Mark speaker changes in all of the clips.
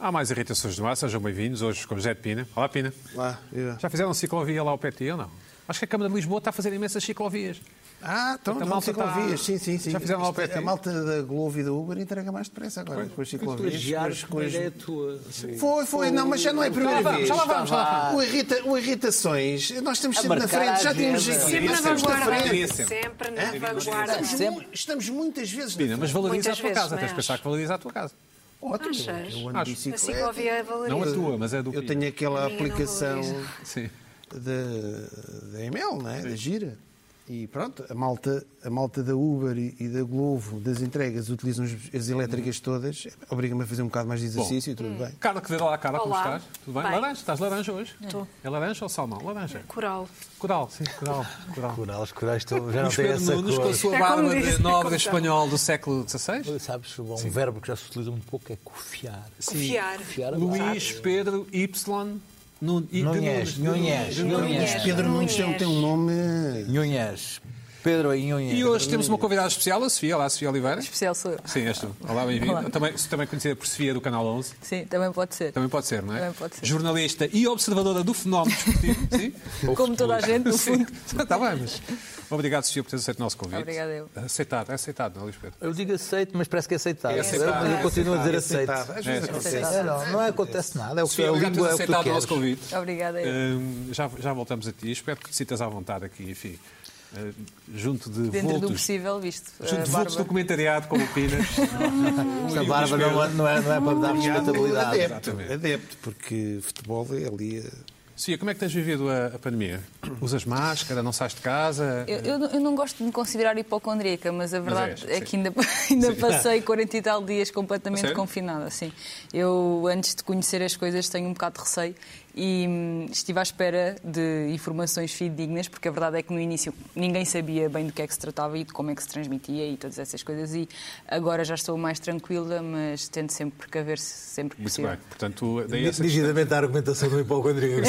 Speaker 1: Há mais irritações do mar, sejam bem-vindos hoje com José de Pina. Olá, Pina.
Speaker 2: Lá, viva.
Speaker 1: Já fizeram ciclovia lá ao pé de ti ou não? Acho que a Câmara de Lisboa está a fazer imensas ciclovias.
Speaker 2: Ah,
Speaker 1: Então,
Speaker 2: então, então
Speaker 1: malta
Speaker 2: ciclovias,
Speaker 1: tá-
Speaker 2: sim, sim, sim.
Speaker 1: Já fizeram lá o
Speaker 2: Isto é-
Speaker 1: PT?
Speaker 2: A malta da Globo e do Uber entrega mais depressa agora, com as ciclovias.
Speaker 3: Plagiares
Speaker 2: com as-
Speaker 3: quando é tua.
Speaker 2: Foi, foi, não, mas já não é a primeira
Speaker 1: vamos,
Speaker 2: vez.
Speaker 1: já lá vamos, já lá
Speaker 3: Estava-
Speaker 2: O, irrita, o Irritações, nós estamos
Speaker 3: A
Speaker 2: sempre na
Speaker 3: marcar
Speaker 2: frente, já
Speaker 3: a
Speaker 2: temos
Speaker 3: agenda.
Speaker 2: aqui,
Speaker 4: Sempre na É?
Speaker 2: nós estamos na
Speaker 4: vanguarda.
Speaker 2: frente.
Speaker 1: frente.
Speaker 4: Sempre na vanguarda.
Speaker 2: Estamos,
Speaker 3: Sempre.
Speaker 2: mu- estamos muitas vezes na
Speaker 1: Pina, mas valoriza
Speaker 4: Muitas
Speaker 1: a tua
Speaker 4: vezes,
Speaker 1: casa.
Speaker 4: não é?
Speaker 1: Tens de pensar que valoriza a tua casa.
Speaker 2: Ótimo.
Speaker 4: Achas?
Speaker 2: Eu ando de
Speaker 1: Acho.
Speaker 4: A
Speaker 3: Assim,
Speaker 2: bicicleta.
Speaker 4: ciclovia
Speaker 1: Não a
Speaker 4: valoriza.
Speaker 1: tua, mas é do
Speaker 2: Eu
Speaker 1: Pina.
Speaker 2: tenho aquela
Speaker 4: A minha não
Speaker 2: aplicação
Speaker 4: valoriza.
Speaker 1: Sim.
Speaker 2: da, da ML, não é? da Gira. E pronto, a malta, a malta da Uber e, e da Glovo, das entregas, utilizam as, as elétricas todas. Obriga-me a fazer um bocado mais de exercício, tudo bem.
Speaker 1: Carla, que vê lá, Carla, como
Speaker 4: Olá.
Speaker 1: estás? Tudo bem?
Speaker 4: Bem.
Speaker 1: Laranja, estás laranja hoje?
Speaker 4: Estou.
Speaker 1: É laranja ou salmão? Laranja.
Speaker 4: Coral.
Speaker 1: Coral, sim, coral. coral.
Speaker 3: Coral,
Speaker 5: Os corais estão- já não
Speaker 1: Luís
Speaker 5: têm
Speaker 1: Pedro
Speaker 5: essa
Speaker 1: Nunes, com a
Speaker 5: cor.
Speaker 1: sua
Speaker 4: É como
Speaker 1: barba
Speaker 4: diz,
Speaker 1: de
Speaker 4: é como
Speaker 1: nobre
Speaker 4: tal.
Speaker 1: espanhol do século XVI.
Speaker 5: Sabes, há um verbo que já se utiliza muito pouco é cofiar.
Speaker 4: Confiar.
Speaker 5: Cofiar, é
Speaker 1: Luís Pedro Y. Nun- e de
Speaker 5: Nunhes,
Speaker 1: Nunes.
Speaker 2: Mas
Speaker 5: Nunhes, Nunhes.
Speaker 2: Pedro Nunes tem, tem um nome.
Speaker 5: Nunhes. Pedro e Nunhes.
Speaker 1: E hoje temos uma convidada especial, a Sofia. Olá, Sofia Oliveira.
Speaker 6: Especial sou eu.
Speaker 1: Sim, és tu. Olá, bem-vinda.
Speaker 6: Olá.
Speaker 1: Também, também conhecida por Sofia do Canal 11.
Speaker 6: Sim, também pode ser.
Speaker 1: Também pode ser, não é?
Speaker 6: Também pode ser.
Speaker 1: Jornalista e observadora do fenómeno desportivo. sim?
Speaker 6: Como toda a gente, no
Speaker 1: Sim.
Speaker 6: fundo.
Speaker 1: Está bem, mas... Obrigado, Sofia, por teres aceito o nosso convite.
Speaker 6: Obrigada eu.
Speaker 1: Aceitado, é aceitado, não é, Luís Pedro?
Speaker 5: Eu digo aceito, mas parece que é aceitado.
Speaker 1: É aceitado.
Speaker 5: Eu continuo a dizer aceito.
Speaker 2: aceitado. Às vezes
Speaker 1: É.
Speaker 2: acontece.
Speaker 5: É, não, não é acontece nada. É o que
Speaker 1: Sofia,
Speaker 5: é o
Speaker 1: obrigado por
Speaker 5: língua,
Speaker 1: teres
Speaker 5: é o que tu
Speaker 1: aceitado o
Speaker 5: queres.
Speaker 1: nosso convite.
Speaker 6: Obrigada. eu.
Speaker 1: Hum, já, já voltamos a ti. Espero que te sintas à vontade aqui, enfim. eh, junto de
Speaker 6: Dentro do
Speaker 1: vultos.
Speaker 6: possível, eh, visto.
Speaker 1: Junto
Speaker 6: a
Speaker 1: de vultos do
Speaker 6: barba.
Speaker 1: comentariado, como o Pinas.
Speaker 5: Esta barba não, é- não é, não é para dar respeitabilidade.
Speaker 2: Adepto, adepto, porque futebol é ali. eh,
Speaker 1: Sofia, como é que tens vivido a, a pandemia? Usas máscara, não sais de casa?
Speaker 6: Eu, eu não- eu não gosto de me considerar hipocondríaca, mas a verdade
Speaker 1: és,
Speaker 6: é
Speaker 1: sim.
Speaker 6: que ainda, ainda
Speaker 1: Sim.
Speaker 6: passei 40 e tal dias
Speaker 1: A
Speaker 6: completamente
Speaker 1: sério?
Speaker 6: confinada. Assim. Eu, antes de conhecer as coisas, tenho um bocado de receio e hum, estive à espera de informações fidedignas, porque a verdade é que no início ninguém sabia bem do que é que se tratava e de como é que se transmitia e todas essas coisas. E agora já estou mais tranquila, mas tento sempre precaver-se sempre que
Speaker 1: Muito
Speaker 6: possível.
Speaker 1: bem. Portanto, daí essa...
Speaker 5: Nitidamente a argumentação do hipocondríaco.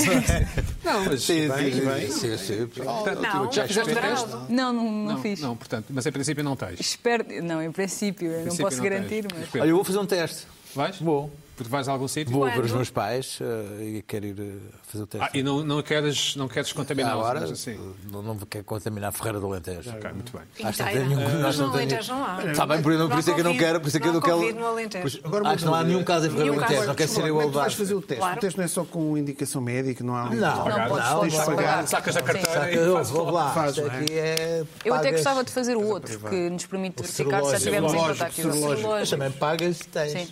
Speaker 1: Não, mas...
Speaker 5: bem. Sim, sim.
Speaker 1: Portanto,
Speaker 4: Não,
Speaker 1: já fizeste o
Speaker 4: não.
Speaker 1: teste?
Speaker 6: Não, não, não fiz.
Speaker 1: Não, portanto, mas em princípio não tens.
Speaker 6: Espero. Não, em princípio, eu
Speaker 1: Em
Speaker 6: não
Speaker 1: princípio
Speaker 6: posso
Speaker 1: tens.
Speaker 6: garantir, mas.
Speaker 1: Pedro,
Speaker 5: Olha, eu vou fazer um teste.
Speaker 1: Vais?
Speaker 5: Vou.
Speaker 1: Porque vais a algum sítio?
Speaker 5: Vou
Speaker 4: Quando?
Speaker 5: para os meus pais eh, e quero ir eh, fazer o teste.
Speaker 1: Ah, e não, não queres, não queres contaminar
Speaker 5: Agora,
Speaker 1: mas assim.
Speaker 5: não, não quero contaminar a Ferreira do Alentejo.
Speaker 1: Ok, Eh, muito bem.
Speaker 5: Acho que não
Speaker 4: Inteira.
Speaker 5: tem nenhum.
Speaker 4: Mas
Speaker 5: acho que
Speaker 4: no
Speaker 5: tem
Speaker 4: Alentejo
Speaker 5: nenhum.
Speaker 4: não há.
Speaker 5: Está bem, por, não,
Speaker 4: Não
Speaker 5: por isso é que eu não
Speaker 4: convido-
Speaker 5: quero. Por isso é que eu
Speaker 4: não
Speaker 5: não quero.
Speaker 4: convido no Alentejo.
Speaker 5: Pois,
Speaker 2: Agora uma
Speaker 5: acho que não há
Speaker 2: dúvida.
Speaker 5: nenhum caso em Ferreira do
Speaker 4: Nenhum
Speaker 5: Alentejo.
Speaker 4: caso.
Speaker 5: Não quero ser eu
Speaker 2: Como é
Speaker 5: a
Speaker 2: que tu vais
Speaker 5: levar.
Speaker 2: fazer o teste?
Speaker 4: Claro.
Speaker 2: O teste não é só com indicação médica, não há. um-
Speaker 5: Não,
Speaker 6: Não
Speaker 5: não,
Speaker 6: podes
Speaker 5: não.
Speaker 6: pagar.
Speaker 5: Saca-
Speaker 6: pagar.
Speaker 1: Sacas a carteira
Speaker 5: saca-
Speaker 1: e
Speaker 5: eu
Speaker 1: fazes
Speaker 5: Vou lá.
Speaker 2: Faz,
Speaker 5: Isto
Speaker 2: não é?
Speaker 5: aqui é.
Speaker 6: Eu até
Speaker 5: pagas-
Speaker 6: gostava de fazer o outro, que nos permite verificar se já estivemos em
Speaker 2: Serológico,
Speaker 6: contacto.
Speaker 2: serológico.
Speaker 5: Mas também pagas e tens.
Speaker 6: Sim.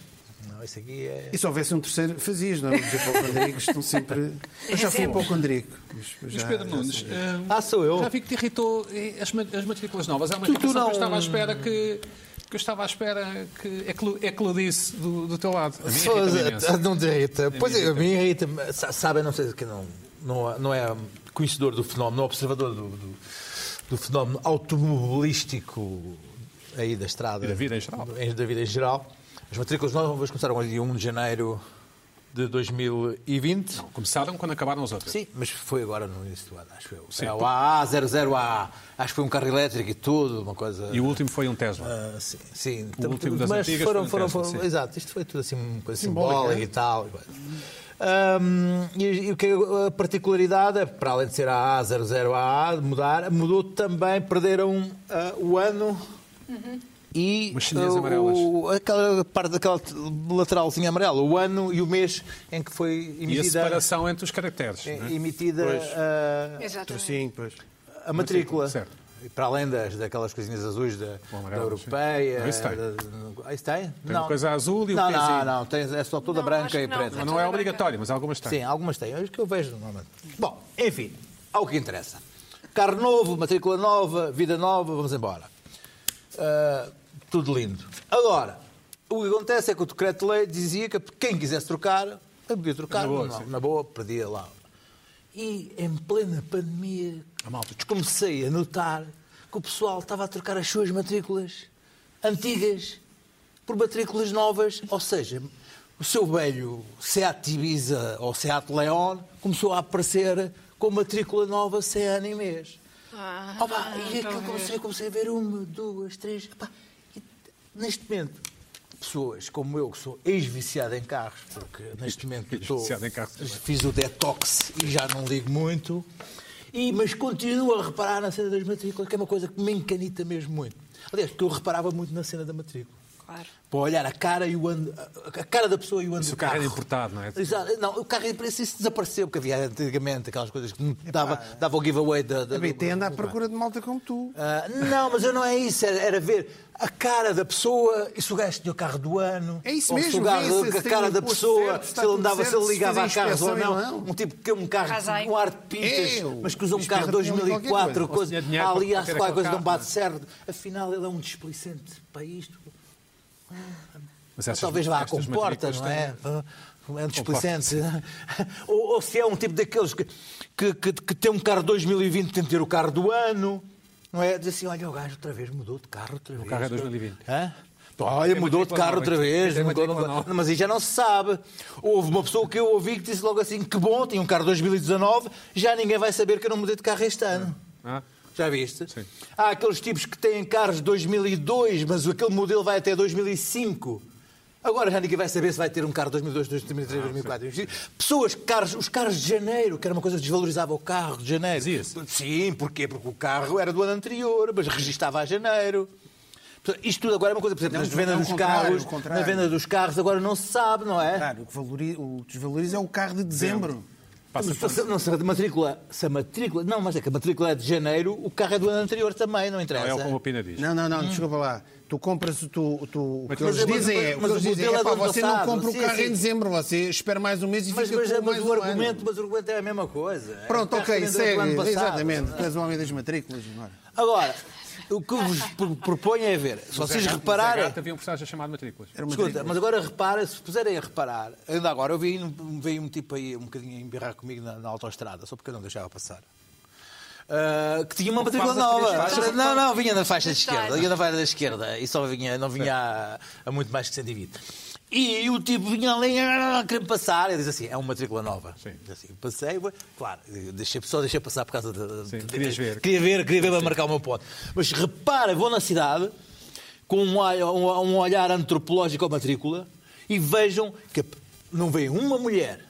Speaker 5: Não, isso aqui é.
Speaker 2: E se houvesse um terceiro, fazias, não? é? Os hipocondríacos estão sempre. Eu já fui
Speaker 4: Sempre.
Speaker 2: hipocondríaco. mas
Speaker 1: Luís
Speaker 2: já-
Speaker 1: Pedro
Speaker 2: já
Speaker 1: Nunes,
Speaker 2: sei.
Speaker 1: hum,
Speaker 5: Ah, sou eu.
Speaker 1: já vi que te irritou eh, as, ma- as matrículas novas. É uma
Speaker 5: Tu- tu
Speaker 1: irritação que eu
Speaker 5: não-
Speaker 1: estava à espera que... Que eu estava à espera que eclu- eclodisse do, do teu lado. A mim
Speaker 5: Pois,
Speaker 1: irrita-me imenso.
Speaker 5: ah, não te irrita. Pois é, a mim irrita-me. Sa- Sabem, não sei que não, não, não é conhecedor do fenómeno, não é observador do, do, do fenómeno automobilístico aí da estrada.
Speaker 1: E da vida em geral.
Speaker 5: Em- da vida em geral. As matrículas novas começaram a dia 1 de janeiro de 2020.
Speaker 1: Começaram quando acabaram os outros.
Speaker 5: Sim, mas foi agora no início do ano, acho eu. É o AA00A. Acho que foi um carro elétrico e tudo, uma coisa.
Speaker 1: E o último foi um Tesla.
Speaker 5: Ah, sim, sim.
Speaker 1: O último das
Speaker 5: mas
Speaker 1: antigas
Speaker 5: foram,
Speaker 1: foi um
Speaker 5: foram,
Speaker 1: Tesla,
Speaker 5: foram-
Speaker 1: sim.
Speaker 5: exato, isto foi tudo assim uma coisa
Speaker 2: Simbólica,
Speaker 5: simbólica
Speaker 2: é?
Speaker 5: e tal. Ahm, e, e o que é a particularidade, é, para além de ser a A00AA, de mudar, mudou também, perderam ah, o ano e
Speaker 1: Umas chineses
Speaker 5: ah,
Speaker 1: amarelas.
Speaker 5: o- aquela parte daquela lateralzinha amarela, o ano e o mês em que foi
Speaker 1: E a
Speaker 5: emitida,
Speaker 1: separação entre os caracteres. não é?
Speaker 5: emitida
Speaker 2: Pois.
Speaker 5: ah,
Speaker 4: Exatamente.
Speaker 2: Sim, pois.
Speaker 5: a matrícula.
Speaker 1: Certo.
Speaker 5: E Para além das, daquelas coisinhas azuis da,
Speaker 1: Ou
Speaker 5: da
Speaker 1: amarelas,
Speaker 5: europeia.
Speaker 1: sim. Não, isso tem.
Speaker 5: da- da- ah, isso tem?
Speaker 1: Tem uma coisa azul e o
Speaker 5: não,
Speaker 1: pezinho.
Speaker 5: não, não, tem, é só toda
Speaker 4: Não, acho
Speaker 5: branca
Speaker 4: que
Speaker 5: e
Speaker 4: não.
Speaker 5: preta.
Speaker 1: Mas não é obrigatório, mas algumas têm.
Speaker 5: Sim, algumas têm. É o que eu vejo normalmente. Bom, enfim, ao que interessa. Carro novo, matrícula nova, vida nova, vamos embora. Ah, tudo lindo. Agora, o que acontece é que o decreto-lei dizia que quem quisesse trocar, podia trocar,
Speaker 1: Na boa,
Speaker 5: não,
Speaker 1: sim.
Speaker 5: na boa, perdia lá. E em plena pandemia, comecei a notar que o pessoal estava a trocar as suas matrículas antigas por matrículas novas, ou seja, o seu velho Seat Ibiza ou Seat León começou a aparecer com matrícula nova sem ano e mês. Opa, e aquilo comecei, comecei a ver uma, duas, três. Epá, e neste momento pessoas como eu, que sou ex-viciado em carros, porque neste momento estou,
Speaker 1: Ex-viciado em carros também.
Speaker 5: fiz o detox e já não ligo muito, e, mas continuo a reparar na cena das matrículas, que é uma coisa que me encanita mesmo muito. Aliás, porque eu reparava muito na cena da matrícula.
Speaker 6: Claro.
Speaker 5: Para olhar a cara, e o ano, a cara da pessoa e o ano
Speaker 1: Se
Speaker 5: do
Speaker 1: o carro
Speaker 5: carro.
Speaker 1: era importado, não é?
Speaker 5: Exato. Não, o carro é preço isso desapareceu, porque havia antigamente aquelas coisas que dava, dava o giveaway da. da
Speaker 2: A BT
Speaker 5: do-
Speaker 2: anda à
Speaker 5: do-
Speaker 2: procura de malta como tu.
Speaker 5: Ah, não, mas eu não é isso, era, era ver a cara da pessoa e se o gajo tinha o carro do ano.
Speaker 2: É isso
Speaker 5: ou se
Speaker 2: mesmo,
Speaker 5: o carro,
Speaker 2: vê se
Speaker 5: a
Speaker 2: tem
Speaker 5: cara
Speaker 2: o
Speaker 5: da
Speaker 2: posto
Speaker 5: pessoa,
Speaker 2: certo,
Speaker 5: se
Speaker 2: está
Speaker 5: ele
Speaker 2: tudo
Speaker 5: andava,
Speaker 2: certo,
Speaker 5: se ele
Speaker 2: se
Speaker 5: ligava a
Speaker 2: fez a
Speaker 5: carros ou
Speaker 2: inspeção
Speaker 5: não.
Speaker 2: ou não. é
Speaker 5: Um tipo que um carro
Speaker 6: Casai.
Speaker 5: com um ar de pintas,
Speaker 2: Eu.
Speaker 5: mas que usa um
Speaker 2: Este
Speaker 5: carro de
Speaker 2: carro tinha ali
Speaker 5: 2004,
Speaker 1: coisa.
Speaker 2: qualquer
Speaker 5: coisa,
Speaker 1: Ou se tinha dinheiro
Speaker 5: há
Speaker 1: para
Speaker 5: ali há
Speaker 1: ter
Speaker 5: qualquer
Speaker 1: aquele
Speaker 5: coisa que não
Speaker 1: carro,
Speaker 5: bate certo. Afinal, ele é um displicente para isto.
Speaker 1: Mas
Speaker 5: Ou
Speaker 1: essas-
Speaker 5: talvez vá à
Speaker 1: estas
Speaker 5: comporta,
Speaker 1: matrículas
Speaker 5: não é?
Speaker 1: têm-
Speaker 5: É um displicente. ou, ou se é um tipo daqueles que, que, que, que tem um carro 2020 tem de ter o carro do ano, não é? Diz assim, olha, o gajo outra vez mudou de carro outra vez.
Speaker 1: carro é 2020.
Speaker 5: Hã? Olha,
Speaker 1: Tem
Speaker 5: mudou de
Speaker 1: matrícula
Speaker 5: carro
Speaker 1: nova,
Speaker 5: outra vez.
Speaker 1: tem
Speaker 5: mudou-
Speaker 1: matrícula nova.
Speaker 5: Mas aí já não se sabe. Houve uma pessoa que eu ouvi que disse logo assim, que bom, tinha um carro 2019, já ninguém vai saber que eu não mudei de carro este ano.
Speaker 1: Ah,
Speaker 5: Já viste?
Speaker 1: Sim.
Speaker 5: Há aqueles tipos que têm carros de 2002, mas aquele modelo vai até 2005. Agora já ninguém vai saber se vai ter um carro de 2002, 2003, 2004. Pessoas, carros, os carros de janeiro, que era uma coisa que desvalorizava o carro de janeiro.
Speaker 1: Dizia-se.
Speaker 5: Sim, porquê? Porque o carro era do ano anterior, mas registava a janeiro. Portanto, Isto tudo agora é uma coisa, por exemplo,
Speaker 2: Não,
Speaker 5: nas vendas
Speaker 2: não, o
Speaker 5: dos
Speaker 2: contrário,
Speaker 5: carros,
Speaker 2: o
Speaker 5: na
Speaker 2: contrário.
Speaker 5: venda dos carros agora não se sabe, não é?
Speaker 2: Claro, o que, valoriza, o que desvaloriza é o carro de dezembro.
Speaker 1: passa
Speaker 5: Mas se- não, se a matrícula, se a matrícula, não, mas é que a matrícula é de janeiro, o carro é do ano anterior também, não interessa.
Speaker 1: é o como a Pina diz.
Speaker 2: Não, não, não, desculpa lá. Tu compras o tu, tu, o que
Speaker 1: Mas-
Speaker 2: eles
Speaker 5: Hum. mas-
Speaker 2: dizem é,
Speaker 5: mas-
Speaker 2: o que
Speaker 5: mas
Speaker 2: eles
Speaker 5: o
Speaker 2: dizem é,
Speaker 5: modelo
Speaker 2: pá,
Speaker 5: é do ano
Speaker 2: você não
Speaker 5: passado.
Speaker 2: compra o
Speaker 5: Sim,
Speaker 2: carro
Speaker 5: sim.
Speaker 2: em dezembro, você espera mais um mês e
Speaker 5: Mas, é,
Speaker 2: fica
Speaker 5: mas,
Speaker 2: com
Speaker 5: mas
Speaker 2: mais
Speaker 5: o
Speaker 2: um
Speaker 5: argumento,
Speaker 2: ano.
Speaker 5: mas o argumento é a mesma coisa. É
Speaker 2: Pronto,
Speaker 5: o carro que
Speaker 2: ok,
Speaker 5: vem do ano
Speaker 2: segue.
Speaker 5: passado.
Speaker 2: Exatamente, tu és o homem das matrículas é? agora.
Speaker 5: Agora, o que vos pro- proponho é ver, se vocês repararem.
Speaker 1: Havia um personagem chamado Matrículas.
Speaker 2: Era uma
Speaker 5: Escuta,
Speaker 2: matrícula.
Speaker 5: mas agora repara, se puserem a reparar, ainda agora eu vi, um- veio um tipo aí um bocadinho a embirrar comigo na, na autoestrada, só porque eu não deixava passar. Ah, que tinha uma matrícula
Speaker 1: Ocupavas as três
Speaker 5: nova.
Speaker 1: faixas?
Speaker 5: Não, não, vinha na faixa de
Speaker 6: Detalhe.
Speaker 5: esquerda, vinha na faixa da esquerda e só vinha, não vinha a, a muito mais que 120. E o tipo vinha ali, "Ah, queria passar, e diz assim: é uma matrícula nova.
Speaker 1: Sim.
Speaker 5: Diz Assim, passei, vou- claro, deixei, só deixei passar por causa da.
Speaker 1: Sim,
Speaker 5: de-
Speaker 1: querias ver.
Speaker 5: Queria ver, queria ver para marcar o meu ponto. Mas repara, vou na cidade com um, olho- um- um olhar antropológico à matrícula e vejam que não vem uma mulher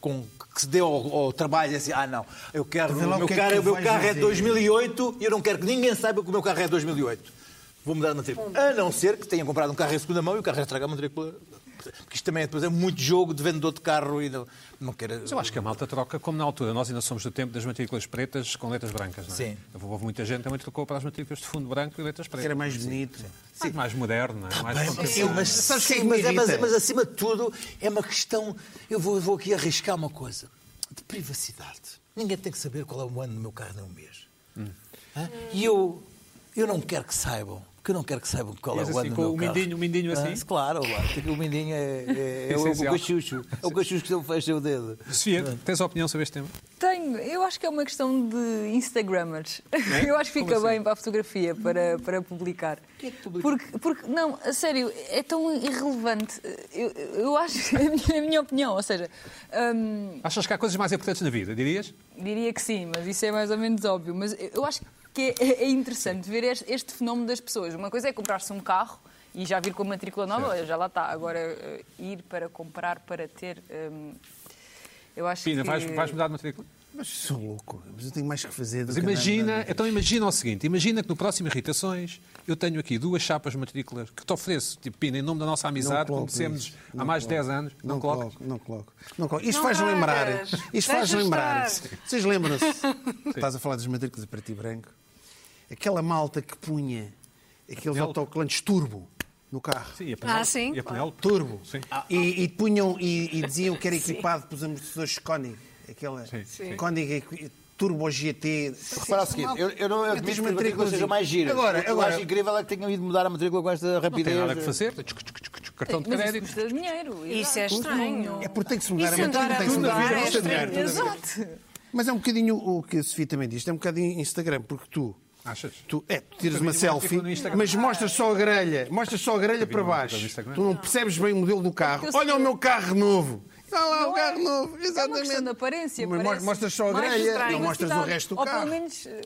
Speaker 5: com, que se deu ao, ao trabalho e assim, ah não, eu quero,
Speaker 2: Vê lá
Speaker 5: o
Speaker 2: o
Speaker 5: meu
Speaker 2: que é que
Speaker 5: carro,
Speaker 2: tu
Speaker 5: o meu
Speaker 2: vais
Speaker 5: carro é de
Speaker 2: dizer."
Speaker 5: 2008 e eu não quero que ninguém saiba que o meu carro é de 2008. Vou mudar de
Speaker 1: Hum.
Speaker 5: matrícula. A não ser que tenham comprado um carro em segunda mão e o carro estraga a matrícula. Porque isto também é, depois é muito jogo de vendedor de carro e não, não quero...
Speaker 1: Mas eu acho que a malta troca, como na altura, nós ainda somos do tempo das matrículas pretas com letras brancas, não é?
Speaker 5: Sim.
Speaker 1: Houve muita gente que também trocou para as matrículas de fundo branco e letras pretas.
Speaker 2: Era mais bonito.
Speaker 1: Sim. mais moderno, não
Speaker 5: Tá
Speaker 1: é? mais
Speaker 5: Sim,
Speaker 1: contemporâneo.
Speaker 5: mas,
Speaker 2: Sabes o que é
Speaker 5: sim,
Speaker 2: que me
Speaker 5: mas, é- mas-
Speaker 2: irrita?
Speaker 5: mas acima de tudo é uma questão. Eu vou, vou aqui arriscar uma coisa de privacidade. Ninguém tem que saber qual é o ano do meu carro nem um mês. Hã? E eu, eu não quero que saibam. Porque eu não quero que saibam qual é
Speaker 1: Mas
Speaker 5: o
Speaker 1: assim,
Speaker 5: ano
Speaker 1: com
Speaker 5: do meu
Speaker 1: o
Speaker 5: carro.
Speaker 1: mindinho- o mindinho
Speaker 5: Ah,
Speaker 1: assim?
Speaker 5: claro, claro, porque o mindinho é, é, é, o
Speaker 1: Essencial.
Speaker 5: cachucho. É o cachucho que ele fecha o dedo.
Speaker 1: Sofia, tens opinião sobre este tema?
Speaker 6: Tenho, eu acho que é uma questão de Instagrammers. Eu acho que
Speaker 1: Como
Speaker 6: fica
Speaker 1: assim?
Speaker 6: bem para a fotografia, para, para publicar. Porque, porque, não, a sério, é tão irrelevante. Eu, eu acho, é a minha, é a minha opinião, ou seja, hum,
Speaker 1: Achas que há coisas mais importantes na vida, dirias?
Speaker 6: Diria que sim, mas isso é mais ou menos óbvio. Mas eu acho que é, é interessante ver este, este fenómeno das pessoas. Uma coisa é comprar-se um carro e já vir com a matrícula nova, olha, já lá está. Agora, eh, ir para comprar, para ter. hum, eu acho
Speaker 1: Pina,
Speaker 6: que.
Speaker 1: vais, vais mudar de matrícula?
Speaker 2: Mas sou louco, mas eu tenho mais que fazer do
Speaker 1: Mas
Speaker 2: que andar-
Speaker 1: imagina, então imagina o seguinte, imagina que no próximo Irritações eu tenho aqui duas chapas de matrícula que te ofereço, tipo Pina, em nome da nossa amizade,
Speaker 2: coloco
Speaker 1: conhecemos
Speaker 2: isso.
Speaker 1: há
Speaker 2: Não
Speaker 1: mais de
Speaker 2: coloco.
Speaker 1: 10 anos, não,
Speaker 2: Não
Speaker 1: colocas?
Speaker 2: coloco, não coloco. Não coloco. Isto
Speaker 3: Não
Speaker 2: faz
Speaker 3: tragas.
Speaker 2: lembrar. Isto faz
Speaker 3: Deixa
Speaker 2: lembrar.
Speaker 3: estar.
Speaker 2: Vocês lembram-se? Estás a falar das matrículas a preto e branco? Aquela malta que punha aqueles autocolantes turbo no carro.
Speaker 1: Sim, e a Penelope?
Speaker 3: Ah, sim,
Speaker 1: E a
Speaker 3: claro.
Speaker 1: Penelope?
Speaker 2: Turbo.
Speaker 1: Sim.
Speaker 3: Ah.
Speaker 2: E, e punham e, e diziam que era equipado pelos amortecedores Koenig. Aquela
Speaker 1: Sim.
Speaker 2: Koenig equi- Turbo GT.
Speaker 5: Repara o seguinte, eu, eu não
Speaker 2: Mas
Speaker 5: admito que as
Speaker 2: matrículas
Speaker 5: matrículas sejam
Speaker 2: e-
Speaker 5: mais giras.
Speaker 2: Agora,
Speaker 5: O que eu
Speaker 2: agora-
Speaker 5: acho incrível é que tenham ido mudar a matrícula com esta
Speaker 1: Não
Speaker 5: rapidez.
Speaker 1: tem nada que fazer, tchuc, tchuc, tchuc, tchuc, cartão de
Speaker 6: Mas isso
Speaker 1: crédito.
Speaker 6: custa dinheiro.
Speaker 3: Isso é estranho.
Speaker 2: É porque tem que se mudar
Speaker 3: Isso
Speaker 2: a matrícula,
Speaker 3: agora
Speaker 2: tem que se mudar
Speaker 3: mudar
Speaker 2: a
Speaker 3: é
Speaker 2: matrícula.
Speaker 3: estranho.
Speaker 6: Exato.
Speaker 2: Mas é um bocadinho o que a Sofia também diz, é um bocadinho Instagram, porque tu,
Speaker 1: Achas?
Speaker 2: tu é, tu tiras
Speaker 1: Também
Speaker 2: uma
Speaker 1: não
Speaker 2: selfie,
Speaker 1: fico no Instagram.
Speaker 2: mas mostras só a grelha, mostras só a grelha para
Speaker 1: não fico no
Speaker 2: baixo.
Speaker 1: Instagram.
Speaker 2: Tu não percebes bem o modelo do carro.
Speaker 6: É Porque eu
Speaker 2: Olha
Speaker 6: sei-
Speaker 2: o meu carro novo. Olha lá o
Speaker 6: Não é?
Speaker 2: um carro novo,
Speaker 6: É uma questão
Speaker 2: exatamente.
Speaker 6: de aparência.
Speaker 2: Mas mo-
Speaker 6: parece.
Speaker 2: Mostras só a
Speaker 6: Mais
Speaker 2: grelha,
Speaker 6: estranho.
Speaker 2: não mostras o
Speaker 6: Cidade.
Speaker 2: resto do
Speaker 6: Ou pelo
Speaker 2: carro.
Speaker 6: menos eh,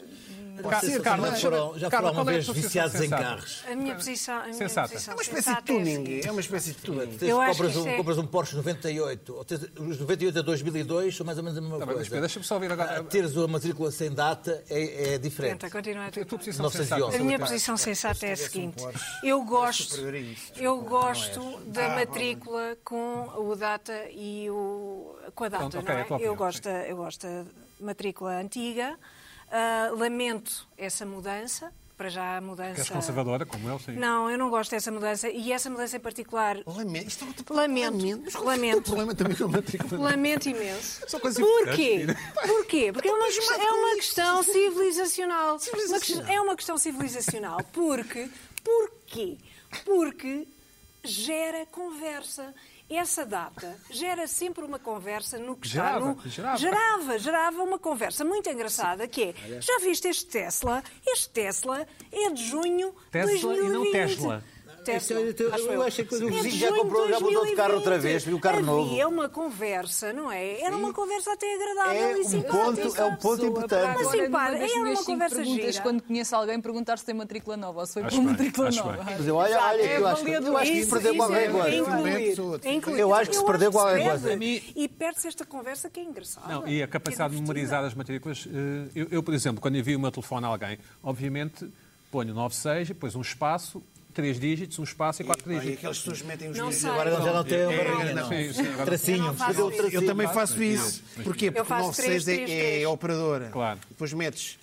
Speaker 5: Vocês
Speaker 1: Sim,
Speaker 5: só
Speaker 1: Carla,
Speaker 5: já
Speaker 1: deixa-
Speaker 5: foram,
Speaker 1: Carla,
Speaker 5: já foram uma
Speaker 1: qual é a
Speaker 5: vez
Speaker 1: tua
Speaker 5: viciados em
Speaker 1: sensação?
Speaker 5: carros.
Speaker 3: A minha posição, a minha
Speaker 1: Sensata.
Speaker 3: posição
Speaker 2: É uma espécie de
Speaker 3: sensata é a
Speaker 2: tuning.
Speaker 3: seguinte.
Speaker 2: É uma espécie de tuning.
Speaker 5: Tens-
Speaker 3: Eu acho
Speaker 5: compras,
Speaker 3: que
Speaker 5: um,
Speaker 3: isto é-
Speaker 5: compras um Porsche 98, ou tens, os 98 a 2002 são mais ou menos a mesma
Speaker 1: Tá bem, mas
Speaker 5: coisa.
Speaker 1: espera, deixa-me só ouvir agora.
Speaker 5: Ah, Teres uma matrícula sem data é, é diferente.
Speaker 3: Tenta, continua a
Speaker 1: A tua
Speaker 3: tentar.
Speaker 1: posição
Speaker 5: 911.
Speaker 1: sensata.
Speaker 3: A
Speaker 1: sobre
Speaker 3: minha
Speaker 1: o carro.
Speaker 3: posição sensata é a seguinte.
Speaker 2: Porsche,
Speaker 3: Eu gosto,
Speaker 2: superior a isto,
Speaker 3: eu
Speaker 2: desculpa,
Speaker 3: gosto
Speaker 2: não é.
Speaker 3: da
Speaker 2: Ah,
Speaker 3: matrícula com o data e o com a data,
Speaker 1: Pronto, ok, é a tua
Speaker 3: não é? Eu
Speaker 1: opinião,
Speaker 3: gosto, da, eu gosto da matrícula antiga. Ah, lamento essa mudança. Para já a
Speaker 1: Que és
Speaker 3: mudança.
Speaker 1: é conservadora, como eu, sim.
Speaker 3: Não, eu não gosto dessa mudança e essa mudança em particular
Speaker 2: Lamento. Isto é outro
Speaker 3: Lamento.
Speaker 2: Mas qual é
Speaker 3: Lamento.
Speaker 2: O problema também com a matrícula.
Speaker 3: Lamento imenso.
Speaker 2: São coisas
Speaker 3: Porquê?
Speaker 1: importantes, Então
Speaker 3: Porquê? Porque é uma,
Speaker 2: Estou
Speaker 3: questão-
Speaker 2: abismado
Speaker 3: é
Speaker 2: com
Speaker 3: uma
Speaker 2: isto.
Speaker 3: questão civilizacional. Uma questão-
Speaker 2: Civilizacional.
Speaker 3: é uma questão civilizacional. Porque, porquê? Porque gera conversa. Essa data gera sempre uma conversa no que está
Speaker 1: Gerava,
Speaker 3: no...
Speaker 1: gerava.
Speaker 3: gerava, gerava uma conversa muito engraçada que é, já viste este Tesla? Este Tesla é de junho de
Speaker 1: Tesla e
Speaker 3: 2020.
Speaker 1: não Tesla.
Speaker 3: Tesla.
Speaker 5: Então, então,
Speaker 3: acho
Speaker 5: eu acho que o
Speaker 3: É de
Speaker 5: vizinho já
Speaker 3: junho de
Speaker 5: comprou, já mudou de carro outra
Speaker 3: 2020.
Speaker 5: vez, viu o carro
Speaker 3: Havia
Speaker 5: novo.
Speaker 3: é uma conversa, não é? Era uma conversa até agradável
Speaker 5: É
Speaker 3: e
Speaker 5: um
Speaker 3: simpática.
Speaker 5: ponto- é um ponto
Speaker 6: Pessoa,
Speaker 5: importante.
Speaker 6: para
Speaker 5: Mas
Speaker 6: agora,
Speaker 3: sim, pá,
Speaker 6: numa das
Speaker 3: é uma
Speaker 6: minhas cinco
Speaker 3: conversa
Speaker 6: perguntas,
Speaker 3: gira.
Speaker 6: quando conheço alguém, perguntar se tem matrícula nova ou se foi
Speaker 1: Acho
Speaker 6: por
Speaker 1: bem,
Speaker 6: matrícula
Speaker 1: acho
Speaker 6: nova.
Speaker 1: bem.
Speaker 5: Mas eu, olha, olha, eu acho, que- eu acho que se
Speaker 3: Isso,
Speaker 5: perdeu
Speaker 3: isso
Speaker 5: qualquer
Speaker 3: é
Speaker 5: coisa.
Speaker 3: incluir,
Speaker 2: Incluir.
Speaker 3: é incluir.
Speaker 5: Eu acho que se perdeu qualquer
Speaker 3: perde.
Speaker 5: coisa.
Speaker 1: A mim-
Speaker 3: E perde-se esta conversa que é engraçada.
Speaker 1: Não, e a
Speaker 3: que é
Speaker 1: capacidade de
Speaker 3: divertida.
Speaker 1: memorizar as matrículas. eh, Eu, eu, por exemplo, quando envio o meu telefone a alguém, obviamente ponho 96, depois um espaço, três dígitos, um espaço e quatro
Speaker 2: Pá, E
Speaker 1: dígitos.
Speaker 2: aquelas pessoas que metem os
Speaker 3: Não
Speaker 2: dedos
Speaker 3: sei.
Speaker 5: Agora já não
Speaker 1: É,
Speaker 5: tem uma então, barriga, não.
Speaker 1: Sim, sim, agora-
Speaker 3: Eu
Speaker 5: Tracinho,
Speaker 3: não faço
Speaker 5: perdeu o
Speaker 3: isso.
Speaker 5: tracinho.
Speaker 2: Eu também faço isso. Porquê? Porque o
Speaker 3: faço
Speaker 2: 96
Speaker 3: três, três,
Speaker 2: é, é
Speaker 3: três.
Speaker 2: operadora.
Speaker 1: Claro.
Speaker 2: Depois metes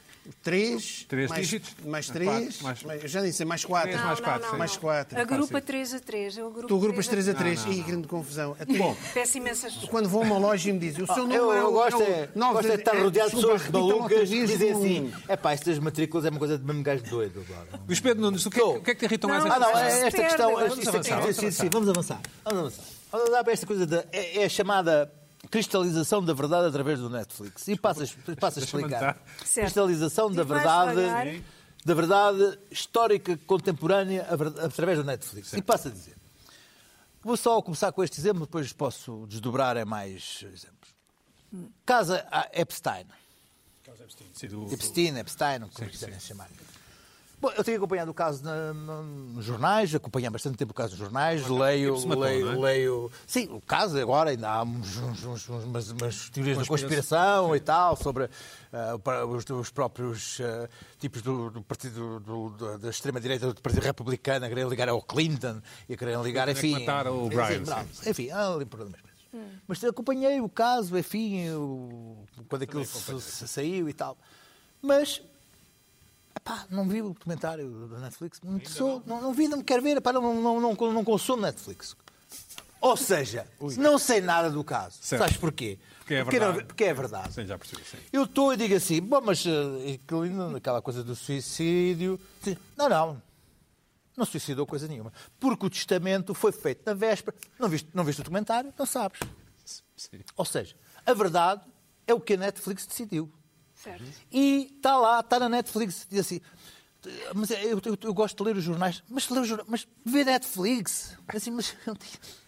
Speaker 2: 3,
Speaker 1: Três
Speaker 2: mais,
Speaker 1: dígitos.
Speaker 2: mais
Speaker 1: Quatro,
Speaker 2: 3,
Speaker 1: mais-
Speaker 2: mais, já nem sei, mais 4.
Speaker 1: Três, mais
Speaker 3: Não,
Speaker 1: quatro,
Speaker 3: não,
Speaker 1: sim.
Speaker 3: não.
Speaker 2: Mais
Speaker 1: é
Speaker 2: quatro.
Speaker 3: Agrupa
Speaker 1: Fácil.
Speaker 3: 3 a é 3. Eu agrupo
Speaker 2: Tu agrupas 3 a
Speaker 3: 3.
Speaker 2: 3. Ih, grande confusão. Até
Speaker 1: Bom,
Speaker 3: Peço imensas desculpas.
Speaker 2: Quando vou a uma loja e me dizem, o seu número
Speaker 5: Eu,
Speaker 2: é
Speaker 5: eu
Speaker 2: o-
Speaker 5: gosto,
Speaker 2: é o
Speaker 5: é,
Speaker 2: nove-
Speaker 5: gosto é de estar rodeado de
Speaker 2: desculpa,
Speaker 5: pessoas
Speaker 3: então
Speaker 2: repita lá outra
Speaker 5: malucas que
Speaker 2: vez,
Speaker 5: dizem
Speaker 2: não-
Speaker 5: assim: é pá, estas matrículas é uma coisa de mesmo gajo doido. Agora.
Speaker 1: Luís Pedro Nunes, o que, é- o que é que te irritam mais?
Speaker 5: Ah,
Speaker 1: em
Speaker 5: não,
Speaker 1: relação a
Speaker 5: é-
Speaker 3: se
Speaker 5: esta
Speaker 3: perde,
Speaker 5: questão.
Speaker 3: vamos
Speaker 5: isto aqui-
Speaker 1: avançar,
Speaker 5: sim, sim, Vamos avançar. Vamos avançar. Vamos avançar para esta coisa. da- é, é a chamada cristalização da verdade através do Netflix. E passo a, passo a
Speaker 1: Deixa-me
Speaker 5: explicar.
Speaker 3: Certo.
Speaker 5: Cristalização da
Speaker 3: E vais devagar.
Speaker 5: verdade, da verdade histórica contemporânea a ver- através do Netflix. E passo a dizer. Vou só começar com este exemplo, depois posso desdobrar em mais exemplos. Casa a Epstein.
Speaker 1: Sim, do-
Speaker 5: Epstein, Epstein, como quiserem chamar. Bom, eu tenho acompanhado o caso na- na- nos jornais, acompanhei há bastante tempo o caso nos jornais, leio,
Speaker 1: se matou,
Speaker 5: leio,
Speaker 1: não é?
Speaker 5: leio. Sim, o caso agora ainda há uns, uns- uns- uns- umas, umas teorias da conspiração e tal, sobre ah, para os, os próprios ah, tipos do, do partido do- do- da extrema-direita do Partido Republicano a quererem ligar ao Clinton e a quererem ligar,
Speaker 1: Clinton é que
Speaker 5: enfim.
Speaker 1: mataram o
Speaker 5: Sim,
Speaker 1: Brian,
Speaker 5: pronto. Enfim, há ali problemas. Mas acompanhei o caso, enfim, o- quando aquilo se, se saiu e tal. Mas Epá, não vi o documentário da Netflix. Não, sou, não, não vi, não me quero ver. Epá, não, não, não, não consumo Netflix. Ou seja, não sei nada do caso.
Speaker 1: Certo.
Speaker 5: Sabes porquê?
Speaker 1: Porque é
Speaker 5: porque, não-
Speaker 1: verdade.
Speaker 5: porque é verdade.
Speaker 1: Sim, já percebi. Sim.
Speaker 5: Eu estou e digo assim, bom, mas eh, incluindo aquela coisa do suicídio. Sim, Não, não. Não suicidou coisa nenhuma. Porque o testamento foi feito na véspera. Não viste, não viste o documentário? Não sabes.
Speaker 1: Sim.
Speaker 5: Ou seja, a verdade é o que a Netflix decidiu.
Speaker 3: Certo.
Speaker 5: E está lá, está na Netflix. Diz assim. Mas é, eu, eu- eu gosto de ler os jornais, mas, ler os jornais, mas ver Netflix. Assim, mas eu,